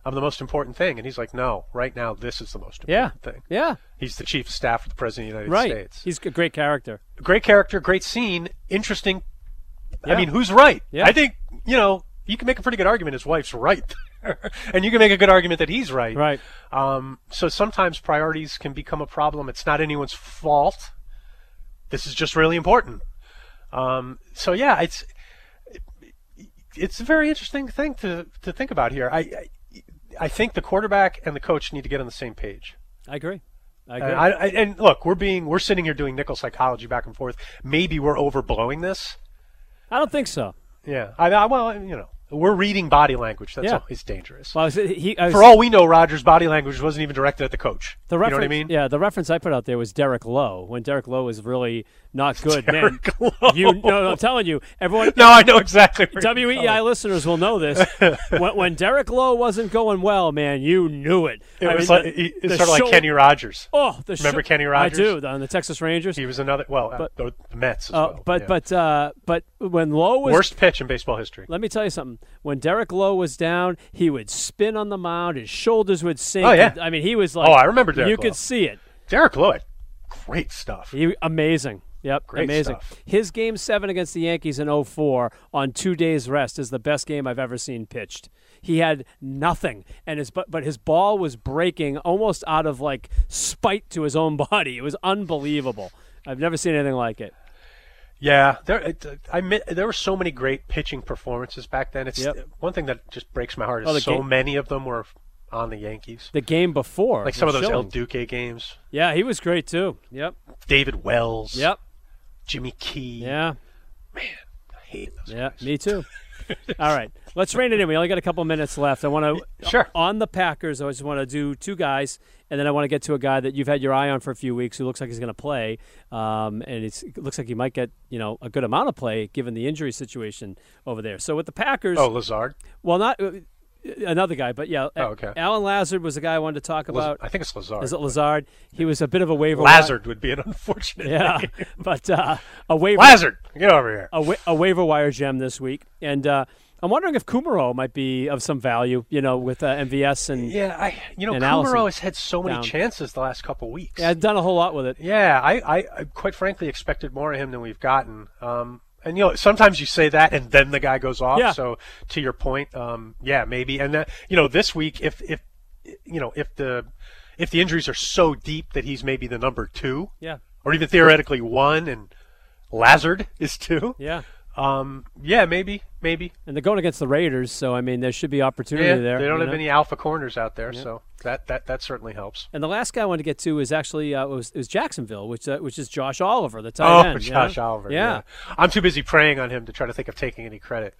S2: I'm the most important thing," and he's like, "No, right now, this is the most
S1: Yeah.
S2: important thing."
S1: Yeah.
S2: He's the chief of staff of the president of the United
S1: Right.
S2: States.
S1: He's a great character.
S2: great character, great scene, interesting.
S1: Yeah.
S2: I mean, who's right?
S1: Yeah.
S2: I think you know you can make a pretty good argument his wife's right, and you can make a good argument that he's right.
S1: Right.
S2: Um, so sometimes priorities can become a problem. It's not anyone's fault. This is just really important. Um, so yeah, it's it's a very interesting thing to to think about here. I. I I think the quarterback and the coach need to get on the same page.
S1: I agree. I agree.
S2: And, Uh, I, I, and look, we're being we're sitting here doing nickel psychology back and forth. Maybe we're overblowing this.
S1: I don't think so.
S2: Yeah. I, I well, you know, we're reading body language. That's
S1: Yeah.
S2: always dangerous.
S1: Well, I was, he, I was,
S2: For all we know, Rogers' body language wasn't even directed at the coach.
S1: the
S2: you know
S1: reference,
S2: what I mean?
S1: yeah, the reference I put out there was Derek Lowe when Derek Lowe was really not good. man,
S2: Derek Lowe.
S1: you no, no, I'm telling you, everyone.
S2: No, I know exactly. where you're
S1: WEI
S2: going.
S1: listeners will know this. when, when Derek Lowe wasn't going well, man, you knew it.
S2: It
S1: I
S2: was
S1: mean,
S2: like
S1: the-
S2: it-
S1: the
S2: it's sort of like
S1: show-
S2: Kenny Rogers.
S1: Oh, the
S2: Remember
S1: show-
S2: Kenny Rogers?
S1: I do on the Texas Rangers.
S2: He was another. Well,
S1: But-
S2: uh, the Mets
S1: Uh,
S2: as well.
S1: but
S2: yeah.
S1: but uh, but when Lowe was
S2: worst pitch in baseball history.
S1: Let me tell you something. When Derek Lowe was down, he would spin on the mound. His shoulders would sink.
S2: Oh, yeah.
S1: I mean, he was like.
S2: Oh, I remember Derek
S1: You
S2: Lowe.
S1: could see it.
S2: Derek Lloyd, great stuff.
S1: He amazing. Yep,
S2: Great
S1: amazing.
S2: stuff.
S1: His game seven against the Yankees in 04 on two days rest is the best game I've ever seen pitched. He had nothing, and his but, but his ball was breaking almost out of like spite to his own body. It was unbelievable. I've never seen anything like it.
S2: Yeah, there it, uh, I mi- there were so many great pitching performances back then. It's
S1: Yep.
S2: one thing that just breaks my heart is
S1: Oh, the
S2: so
S1: game-
S2: many of them were on the Yankees.
S1: The game before,
S2: Like some of
S1: was
S2: those El
S1: chilling.
S2: Duque games,
S1: yeah, he was great too. Yep,
S2: David Wells,
S1: yep,
S2: Jimmy Key.
S1: yeah.
S2: I hated those
S1: Yeah,
S2: guys.
S1: me too. All right, let's rein it in. We only got a couple minutes left. I want to
S2: Sure.
S1: on the Packers. I just want to do two guys, and then I want to get to a guy that you've had your eye on for a few weeks, who looks like he's going to play, um, and it's, it looks like he might get you know a good amount of play given the injury situation over there. So with the Packers,
S2: Oh, Lazard.
S1: well, not uh, another guy, but yeah,
S2: Oh, okay.
S1: Alan Lazard was the guy I wanted to talk
S2: Laz-
S1: about.
S2: I think it's Lazard.
S1: Is it Lazard? He was a bit of a waiver. wi-
S2: Lazard would be an unfortunate
S1: Yeah, Oh.
S2: name.
S1: but uh, a waiver
S2: Lazard, get over here.
S1: a, wa- a waiver wire gem this week, and uh, I'm wondering if Kumaro might be of some value. You know, with uh, MVS and
S2: Yeah, I you know
S1: And
S2: Kumaro
S1: Allison
S2: has had so many
S1: down.
S2: chances the last couple weeks.
S1: yeah, I've done a whole lot with it.
S2: Yeah, I, I, I quite frankly expected more of him than we've gotten. Um, and you know, sometimes you say that, and then the guy goes off.
S1: Yeah.
S2: So to your point, um, yeah, maybe. And that, you know, this week, if if you know if the if the injuries are so deep that he's maybe the number two,
S1: Yeah,
S2: or even theoretically one, and Lazard is two.
S1: yeah.
S2: Um, yeah, maybe, maybe.
S1: And they're going against the Raiders, so I mean, there should be opportunity
S2: Yeah,
S1: there.
S2: they don't
S1: you
S2: have
S1: know?
S2: any alpha corners out there, so that, that that certainly helps.
S1: And the last guy I wanted to get to is actually uh, was, was Jacksonville, which uh, which is Josh Oliver, the tight
S2: Oh,
S1: end. you know?
S2: Josh Oliver.
S1: Yeah.
S2: Yeah. I'm too busy praying on him to try to think of taking any credit.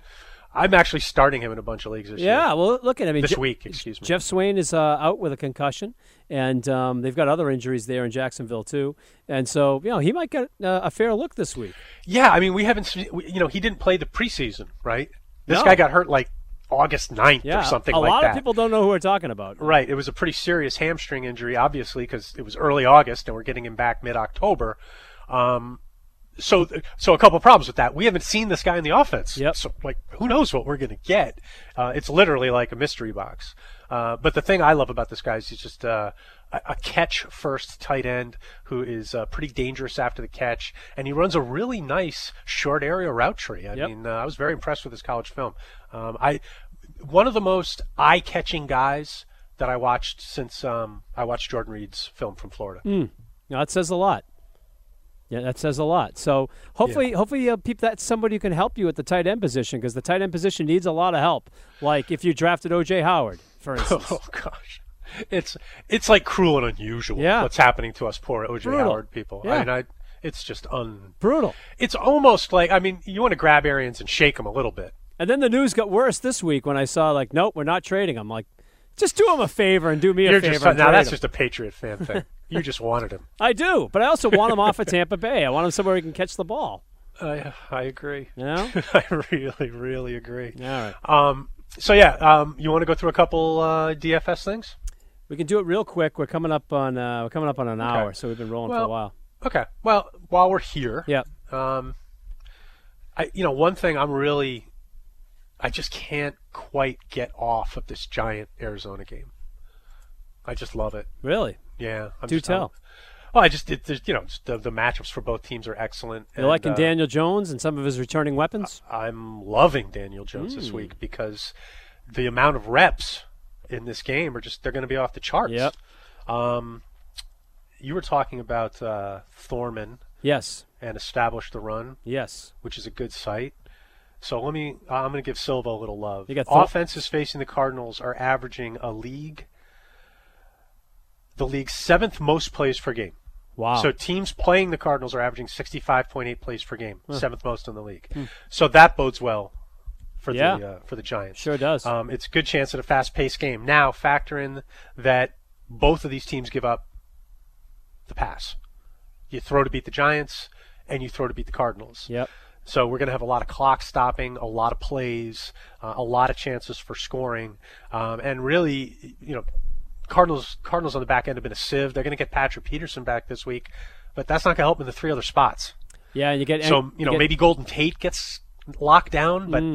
S2: I'm actually starting him in a bunch of leagues this year.
S1: Yeah, well, look at I mean,
S2: This
S1: Je-
S2: week, excuse me.
S1: Jeff Swain is uh, out with a concussion, and um, they've got other injuries there in Jacksonville too, and so you know he might get uh, a fair look this week.
S2: yeah, I mean, we haven't, seen- we- you know, he didn't play the preseason, right? This
S1: No.
S2: guy got hurt like August 9th
S1: Yeah,
S2: or something
S1: a
S2: like
S1: lot
S2: that.
S1: of people don't know who we're talking about.
S2: Right. It was a pretty serious hamstring injury, obviously, because it was early August and we're getting him back mid October. Um, so, so a couple problems with that. We haven't seen this guy in the offense.
S1: Yep.
S2: So, like, who knows what we're going to get? Uh, it's literally like a mystery box. Uh, but the thing I love about this guy is he's just uh, a, a catch first tight end who is uh, pretty dangerous after the catch, and he runs a really nice short area route tree. I
S1: Yep.
S2: mean, uh, I was very impressed with his college film. Um, I one of the most eye catching guys that I watched since um, I watched Jordan Reed's film from Florida.
S1: Now, that says a lot. Yeah, that says a lot. So hopefully, hopefully, uh, peep that's somebody who can help you at the tight end position because the tight end position needs a lot of help. Like if you drafted OJ Howard, for instance.
S2: Oh gosh, it's it's like cruel and unusual.
S1: Yeah.
S2: what's happening to us poor OJ
S1: Brutal.
S2: Howard people?
S1: Yeah.
S2: I mean, I, it's just un.
S1: Brutal.
S2: It's almost like I mean, you want to grab Arians and shake him a little bit.
S1: And then the news got worse this week when I saw like, nope, we're not trading him. Like, just do him a favor and do me a
S2: You're
S1: favor.
S2: just
S1: and
S2: now
S1: trade
S2: that's
S1: him.
S2: just a Patriot fan thing. you just wanted him.
S1: I do, but I also want him off of Tampa Bay. I want him somewhere he can catch the ball.
S2: I I agree.
S1: You know?
S2: I really really agree.
S1: All right.
S2: Um. So yeah. Um. You want to go through a couple uh, DFS things?
S1: We can do it real quick. We're coming up on uh, we're coming up on an hour, so we've been rolling for a
S2: Well-
S1: while.
S2: Okay. Well, while we're here,
S1: Yeah.
S2: Um, I you know one thing I'm really, I just can't quite get off of this giant Arizona game. I just love it.
S1: Really?
S2: Yeah. I'm
S1: Do
S2: just,
S1: tell.
S2: I'm- well, I just it, there's, you know just the, the matchups for both teams are excellent.
S1: You're liking
S2: uh,
S1: Daniel Jones and some of his returning weapons?
S2: I'm loving Daniel Jones
S1: Hmm.
S2: this week because the amount of reps in this game are just they're going to be off the charts.
S1: Yep.
S2: Um, you were talking about uh, Thorman
S1: Yes.
S2: and establish the run.
S1: Yes.
S2: which is a good site. So let me. I'm going to give Silva a little love.
S1: You got Thor-
S2: Offenses facing the Cardinals are averaging a league, the league's seventh most plays per game.
S1: Wow.
S2: So teams playing the Cardinals are averaging 65.8 plays per game, seventh most in the league. So that bodes well for
S1: Hmm. Yeah.
S2: the uh, for the Giants.
S1: sure does.
S2: Um, it's a good chance at a fast-paced game. Now factor in that both of these teams give up the pass. You throw to beat the Giants, and you throw to beat the Cardinals.
S1: yep.
S2: So we're going to have a lot of clock stopping, a lot of plays, uh, a lot of chances for scoring, um, and really, you know, Cardinals Cardinals on the back end have been a sieve. They're going to get Patrick Peterson back this week, but that's not going to help in the three other spots.
S1: Yeah, and you get
S2: So you know,
S1: get- Mm.
S2: maybe Golden Tate gets locked down, but I-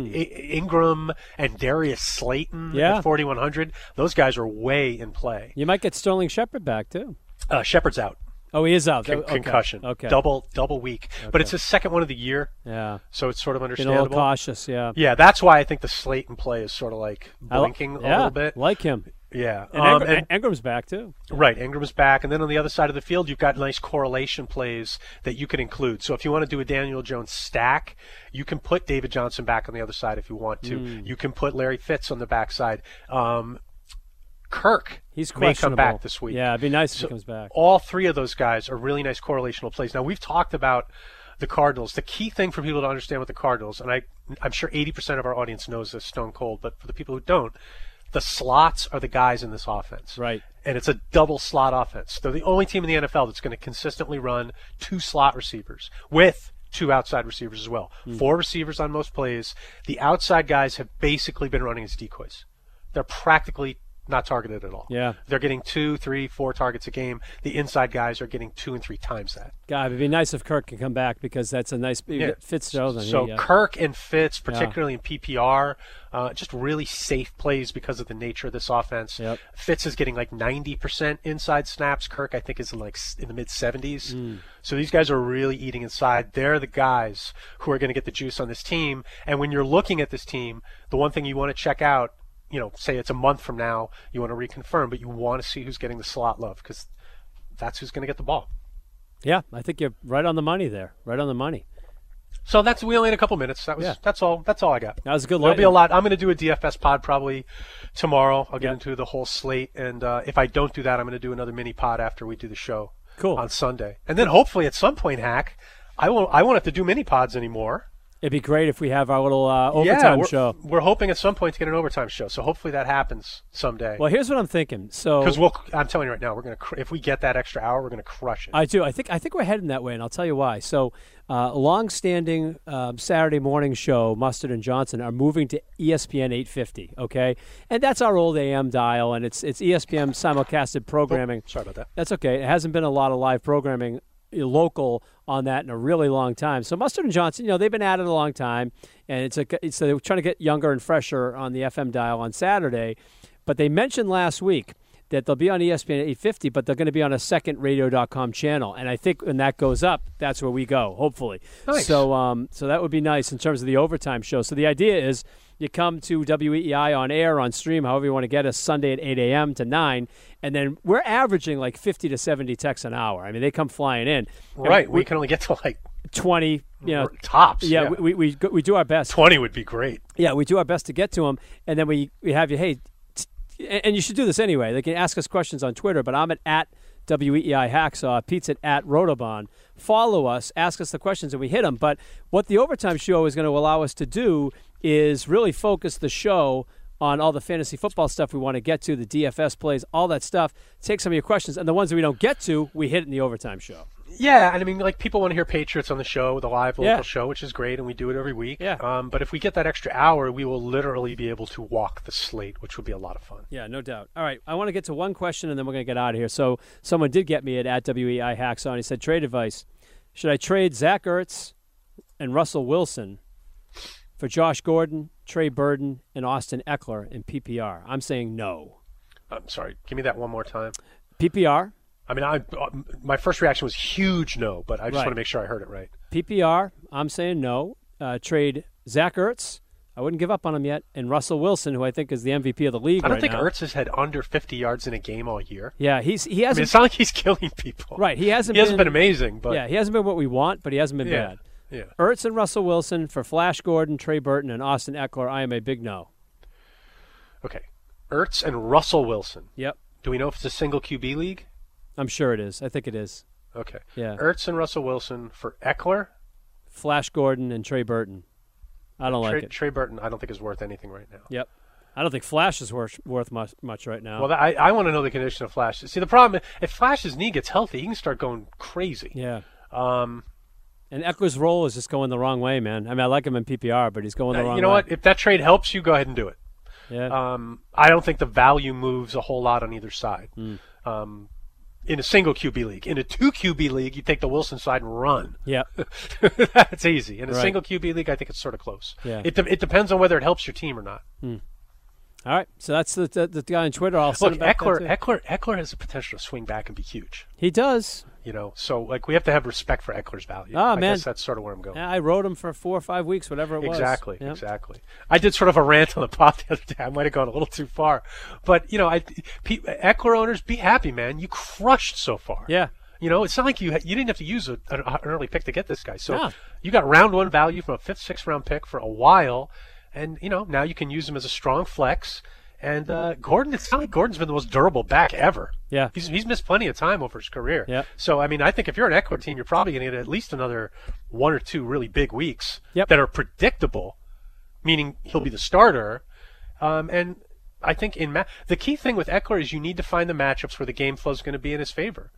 S2: Ingram and Darius Slayton
S1: Yeah.
S2: at 4100, those guys are way in play.
S1: you might get Sterling Shepard back too.
S2: Uh, Shepard's out,
S1: Oh, he is out.
S2: Con-
S1: Okay.
S2: concussion,
S1: Okay.
S2: double double week, but it's his second one of the year,
S1: Yeah.
S2: so it's sort of
S1: Being a little
S2: understandable.
S1: cautious. Yeah.
S2: Yeah, that's why I think the slate and play is sort of like
S1: I li-
S2: blinking
S1: yeah,
S2: a little bit.
S1: Like him.
S2: Yeah,
S1: And,
S2: um,
S1: Engram-
S2: and-
S1: Engram's back too.
S2: right. Ingram's back, and then on the other side of the field, you've got nice correlation plays that you can include. So if you want to do a Daniel Jones stack, you can put David Johnson back on the other side if you want to.
S1: Hmm.
S2: You can put Larry Fitz on the backside. Um, Kirk
S1: He's
S2: may
S1: questionable.
S2: come back this week.
S1: Yeah, it'd be nice if he comes back.
S2: All three of those guys are really nice correlational plays. Now we've talked about the Cardinals. The key thing for people to understand with the Cardinals, and I, I'm sure 80% of our audience knows this stone cold, but for the people who don't, the slots are the guys in this offense.
S1: Right.
S2: And it's a double slot offense. They're the only team in the NFL that's going to consistently run two slot receivers with two outside receivers as well. Four receivers on most plays. The outside guys have basically been running as decoys. they're practically not targeted at all.
S1: Yeah.
S2: They're getting two, three, four targets a game. The inside guys are getting two and three times that.
S1: God, it'd be nice if Kirk can come back because that's a nice
S2: Yeah.
S1: fits so then.
S2: So
S1: yeah.
S2: Kirk and Fitz, particularly in PPR, uh, just really safe plays because of the nature of this offense.
S1: Yep.
S2: Fitz is getting like 90% inside snaps. Kirk, I think, is in like s- in the mid 70s.
S1: Hmm.
S2: So these guys are really eating inside. They're the guys who are going to get the juice on this team. And when you're looking at this team, the one thing you want to check out, you know, say it's a month from now, you want to reconfirm, but you want to see who's getting the slot love because that's who's going to get the ball.
S1: yeah, I think you're right on the money there. Right on the money.
S2: So that's we only in a couple minutes. That was
S1: Yeah.
S2: that's all. That's all I got.
S1: That was a good
S2: There'll be
S1: lineup.
S2: a lot. I'm going to do a DFS pod probably tomorrow. I'll get
S1: Yep.
S2: into the whole slate, and uh, if I don't do that, I'm going to do another mini pod after we do the show
S1: Cool.
S2: on Sunday, and then hopefully at some point, hack. I won't. I won't have to do mini pods anymore.
S1: It'd be great if we have our little uh,
S2: yeah,
S1: overtime
S2: we're,
S1: show.
S2: we're hoping at some point to get an overtime show. So hopefully that happens someday.
S1: Well, here's what I'm thinking. So
S2: Because we'll. I'm telling you right now, we're going to. Cr- if we get that extra hour, we're going to crush it.
S1: I do. I think I think we're heading that way, and I'll tell you why. So, uh, long-standing um, Saturday morning show, Mustard and Johnson are moving to E ESPN 850. Okay, and that's our old AM dial, and it's E it's ESPN simulcasted programming.
S2: Sorry about that.
S1: That's okay. It hasn't been a lot of live programming uh, local on that in a really long time. So Mustard and Johnson, you know, they've been at it a long time, and it's a it's they're trying to get younger and fresher on the FM dial on Saturday, but they mentioned last week that they'll be on E ESPN 850, but they're going to be on a second radio.com channel, and I think when that goes up, that's where we go, hopefully.
S2: Nice.
S1: So um, so that would be nice in terms of the overtime show. So the idea is you come to WEEI on air, on stream, however you want to get us, Sunday at 8 a.m. to 9, and then we're averaging like 50 to 70 texts an hour. I mean, they come flying in. And
S2: Right. We can only get to like
S1: 20, you know.
S2: tops.
S1: Yeah, We, we, we, go- we do our best.
S2: twenty would be great.
S1: Yeah, we do our best to get to them, and then we, we have you. Hey, t- and and you should do this anyway. They can ask us questions on Twitter, but I'm at at E weei hacksaw. uh, Pete's at at rotobon. Follow us, ask us the questions, and we hit them. But what the overtime show is going to allow us to do is really focus the show on all the fantasy football stuff we want to get to, the DFS plays, all that stuff. Take some of your questions, and the ones that we don't get to, we hit in the overtime show.
S2: Yeah, and I mean, like people want to hear Patriots on the show, the live local
S1: Yeah.
S2: show, which is great, and we do it every week.
S1: Yeah.
S2: Um, but if we get that extra hour, we will literally be able to walk the slate, which would be a lot of fun.
S1: Yeah, no doubt. All right, I want to get to one question and then we're going to get out of here. So, someone did get me at, E at WEI Hacks on. He said, Trade advice. Should I trade Zach Ertz and Russell Wilson for Josh Gordon, Trey Burden, and Austin Eckler in PPR? I'm saying no.
S2: I'm sorry, give me that one more time.
S1: PPR,
S2: I mean, I uh, my first reaction was huge no, but I just
S1: Right.
S2: want to make sure I heard it right.
S1: PPR, I'm saying no. Uh, trade Zach Ertz. I wouldn't give up on him yet. And Russell Wilson, who I think is the MVP of the league
S2: I don't
S1: right
S2: think
S1: now.
S2: Ertz has had under 50 yards in a game all year.
S1: Yeah, he's he
S2: I mean,
S1: hasn't.
S2: it's not like he's killing people.
S1: right, he hasn't.
S2: He hasn't been amazing, but
S1: yeah, he hasn't been what we want, but he hasn't been
S2: yeah,
S1: bad.
S2: yeah.
S1: Ertz and Russell Wilson for Flash Gordon, Trey Burton, and Austin Eckler. I am a big no.
S2: Okay, Ertz and Russell Wilson.
S1: Yep,
S2: Do we know if it's a single QB league?
S1: I'm sure it is. I think it is.
S2: Okay.
S1: Yeah.
S2: Ertz and Russell Wilson for Eckler
S1: Flash Gordon and Trey Burton. I don't
S2: Trey,
S1: like it.
S2: Trey Burton, I don't think is worth anything right now.
S1: Yep, I don't think Flash is worth worth much, much right now.
S2: Well, that, I, I want to know the condition of Flash. See, the problem if Flash's knee gets healthy, he can start going crazy.
S1: yeah,
S2: Um,
S1: and Eckler's role is just going the wrong way, man. I mean, I like him in PPR, but he's going the
S2: uh,
S1: wrong.
S2: you know
S1: way.
S2: what? If that trade helps you, go ahead and do it.
S1: Yeah,
S2: Um, I don't think the value moves a whole lot on either side.
S1: Hmm.
S2: Um, in a single QB league, in a two QB league, you take the Wilson side and run.
S1: yeah,
S2: That's easy. In a
S1: Right.
S2: single QB league, I think it's sort of close.
S1: Yeah.
S2: It, de- it depends on whether it helps your team or not.
S1: All right, so that's the the, the guy on Twitter. I'll send
S2: Look,
S1: him back that
S2: Eckler,
S1: too.
S2: Eckler, Eckler has the potential to swing back and be huge.
S1: he does.
S2: you know so like we have to have respect for eckler's value
S1: Ah,
S2: i
S1: man.
S2: guess that's sort of where i'm going
S1: Yeah, I rode him for four or five weeks, whatever it was.
S2: exactly
S1: Yep.
S2: exactly i did sort of a rant on the pod the other day i might have gone a little too far but you know i pe- eckler owners be happy man you crushed so far
S1: Yeah.
S2: you know it's not like you ha- you didn't have to use a, an, an early pick to get this guy so
S1: No.
S2: you got round one value from a fifth sixth round pick for a while and you know now you can use him as a strong flex and uh, Gordon, it's not like Gordon's been the most durable back ever.
S1: Yeah.
S2: He's, he's missed plenty of time over his career.
S1: Yep.
S2: So I mean, I think if you're an Eckler team, you're probably going to get at least another one or two really big weeks
S1: Yep.
S2: that are predictable, meaning he'll be the starter. Um, and I think in ma- the key thing with Eckler is you need to find the matchups where the game flow is going to be in his favor.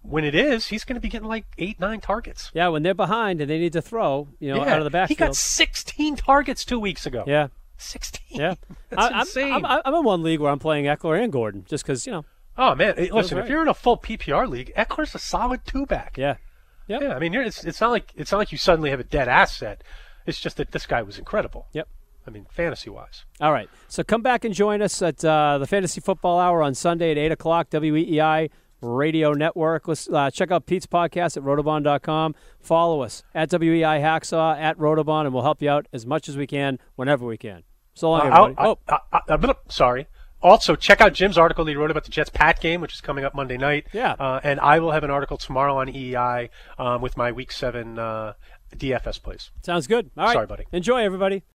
S2: When it is, he's going to be getting like eight, nine targets.
S1: Yeah, when they're behind and they need to throw, you know, out of the
S2: he
S1: backfield.
S2: got 16 targets two weeks ago.
S1: yeah,
S2: Sixteen.
S1: Yeah,
S2: That's
S1: I,
S2: insane.
S1: I'm, I'm, I'm in one league where I'm playing Eckler and Gordon just because you know.
S2: oh man, Hey, listen,
S1: right.
S2: if you're in a full PPR league, Eckler's a solid two back.
S1: Yeah,
S2: Yeah, I mean, you're, it's it's not like it's not like you suddenly have a dead asset. It's just that this guy was incredible.
S1: yep.
S2: I mean, fantasy wise.
S1: All right. So come back and join us at uh, the Fantasy Football Hour on Sunday at 8 o'clock, WEEI Radio Network. Let's, uh, check out Pete's podcast at rotobon.com. Follow us at WEI Hacksaw, at Rotobon, and we'll help you out as much as we can whenever we can. So long, everybody.
S2: I,
S1: oh,
S2: I, I, I, blah, sorry. Also, check out Jim's article that he wrote about the Jets Pat game, which is coming up Monday night.
S1: Yeah.
S2: Uh, and I will have an article tomorrow on E EEI um, with my Week Seven uh, DFS plays.
S1: sounds good. All right.
S2: Sorry, buddy.
S1: Enjoy, everybody.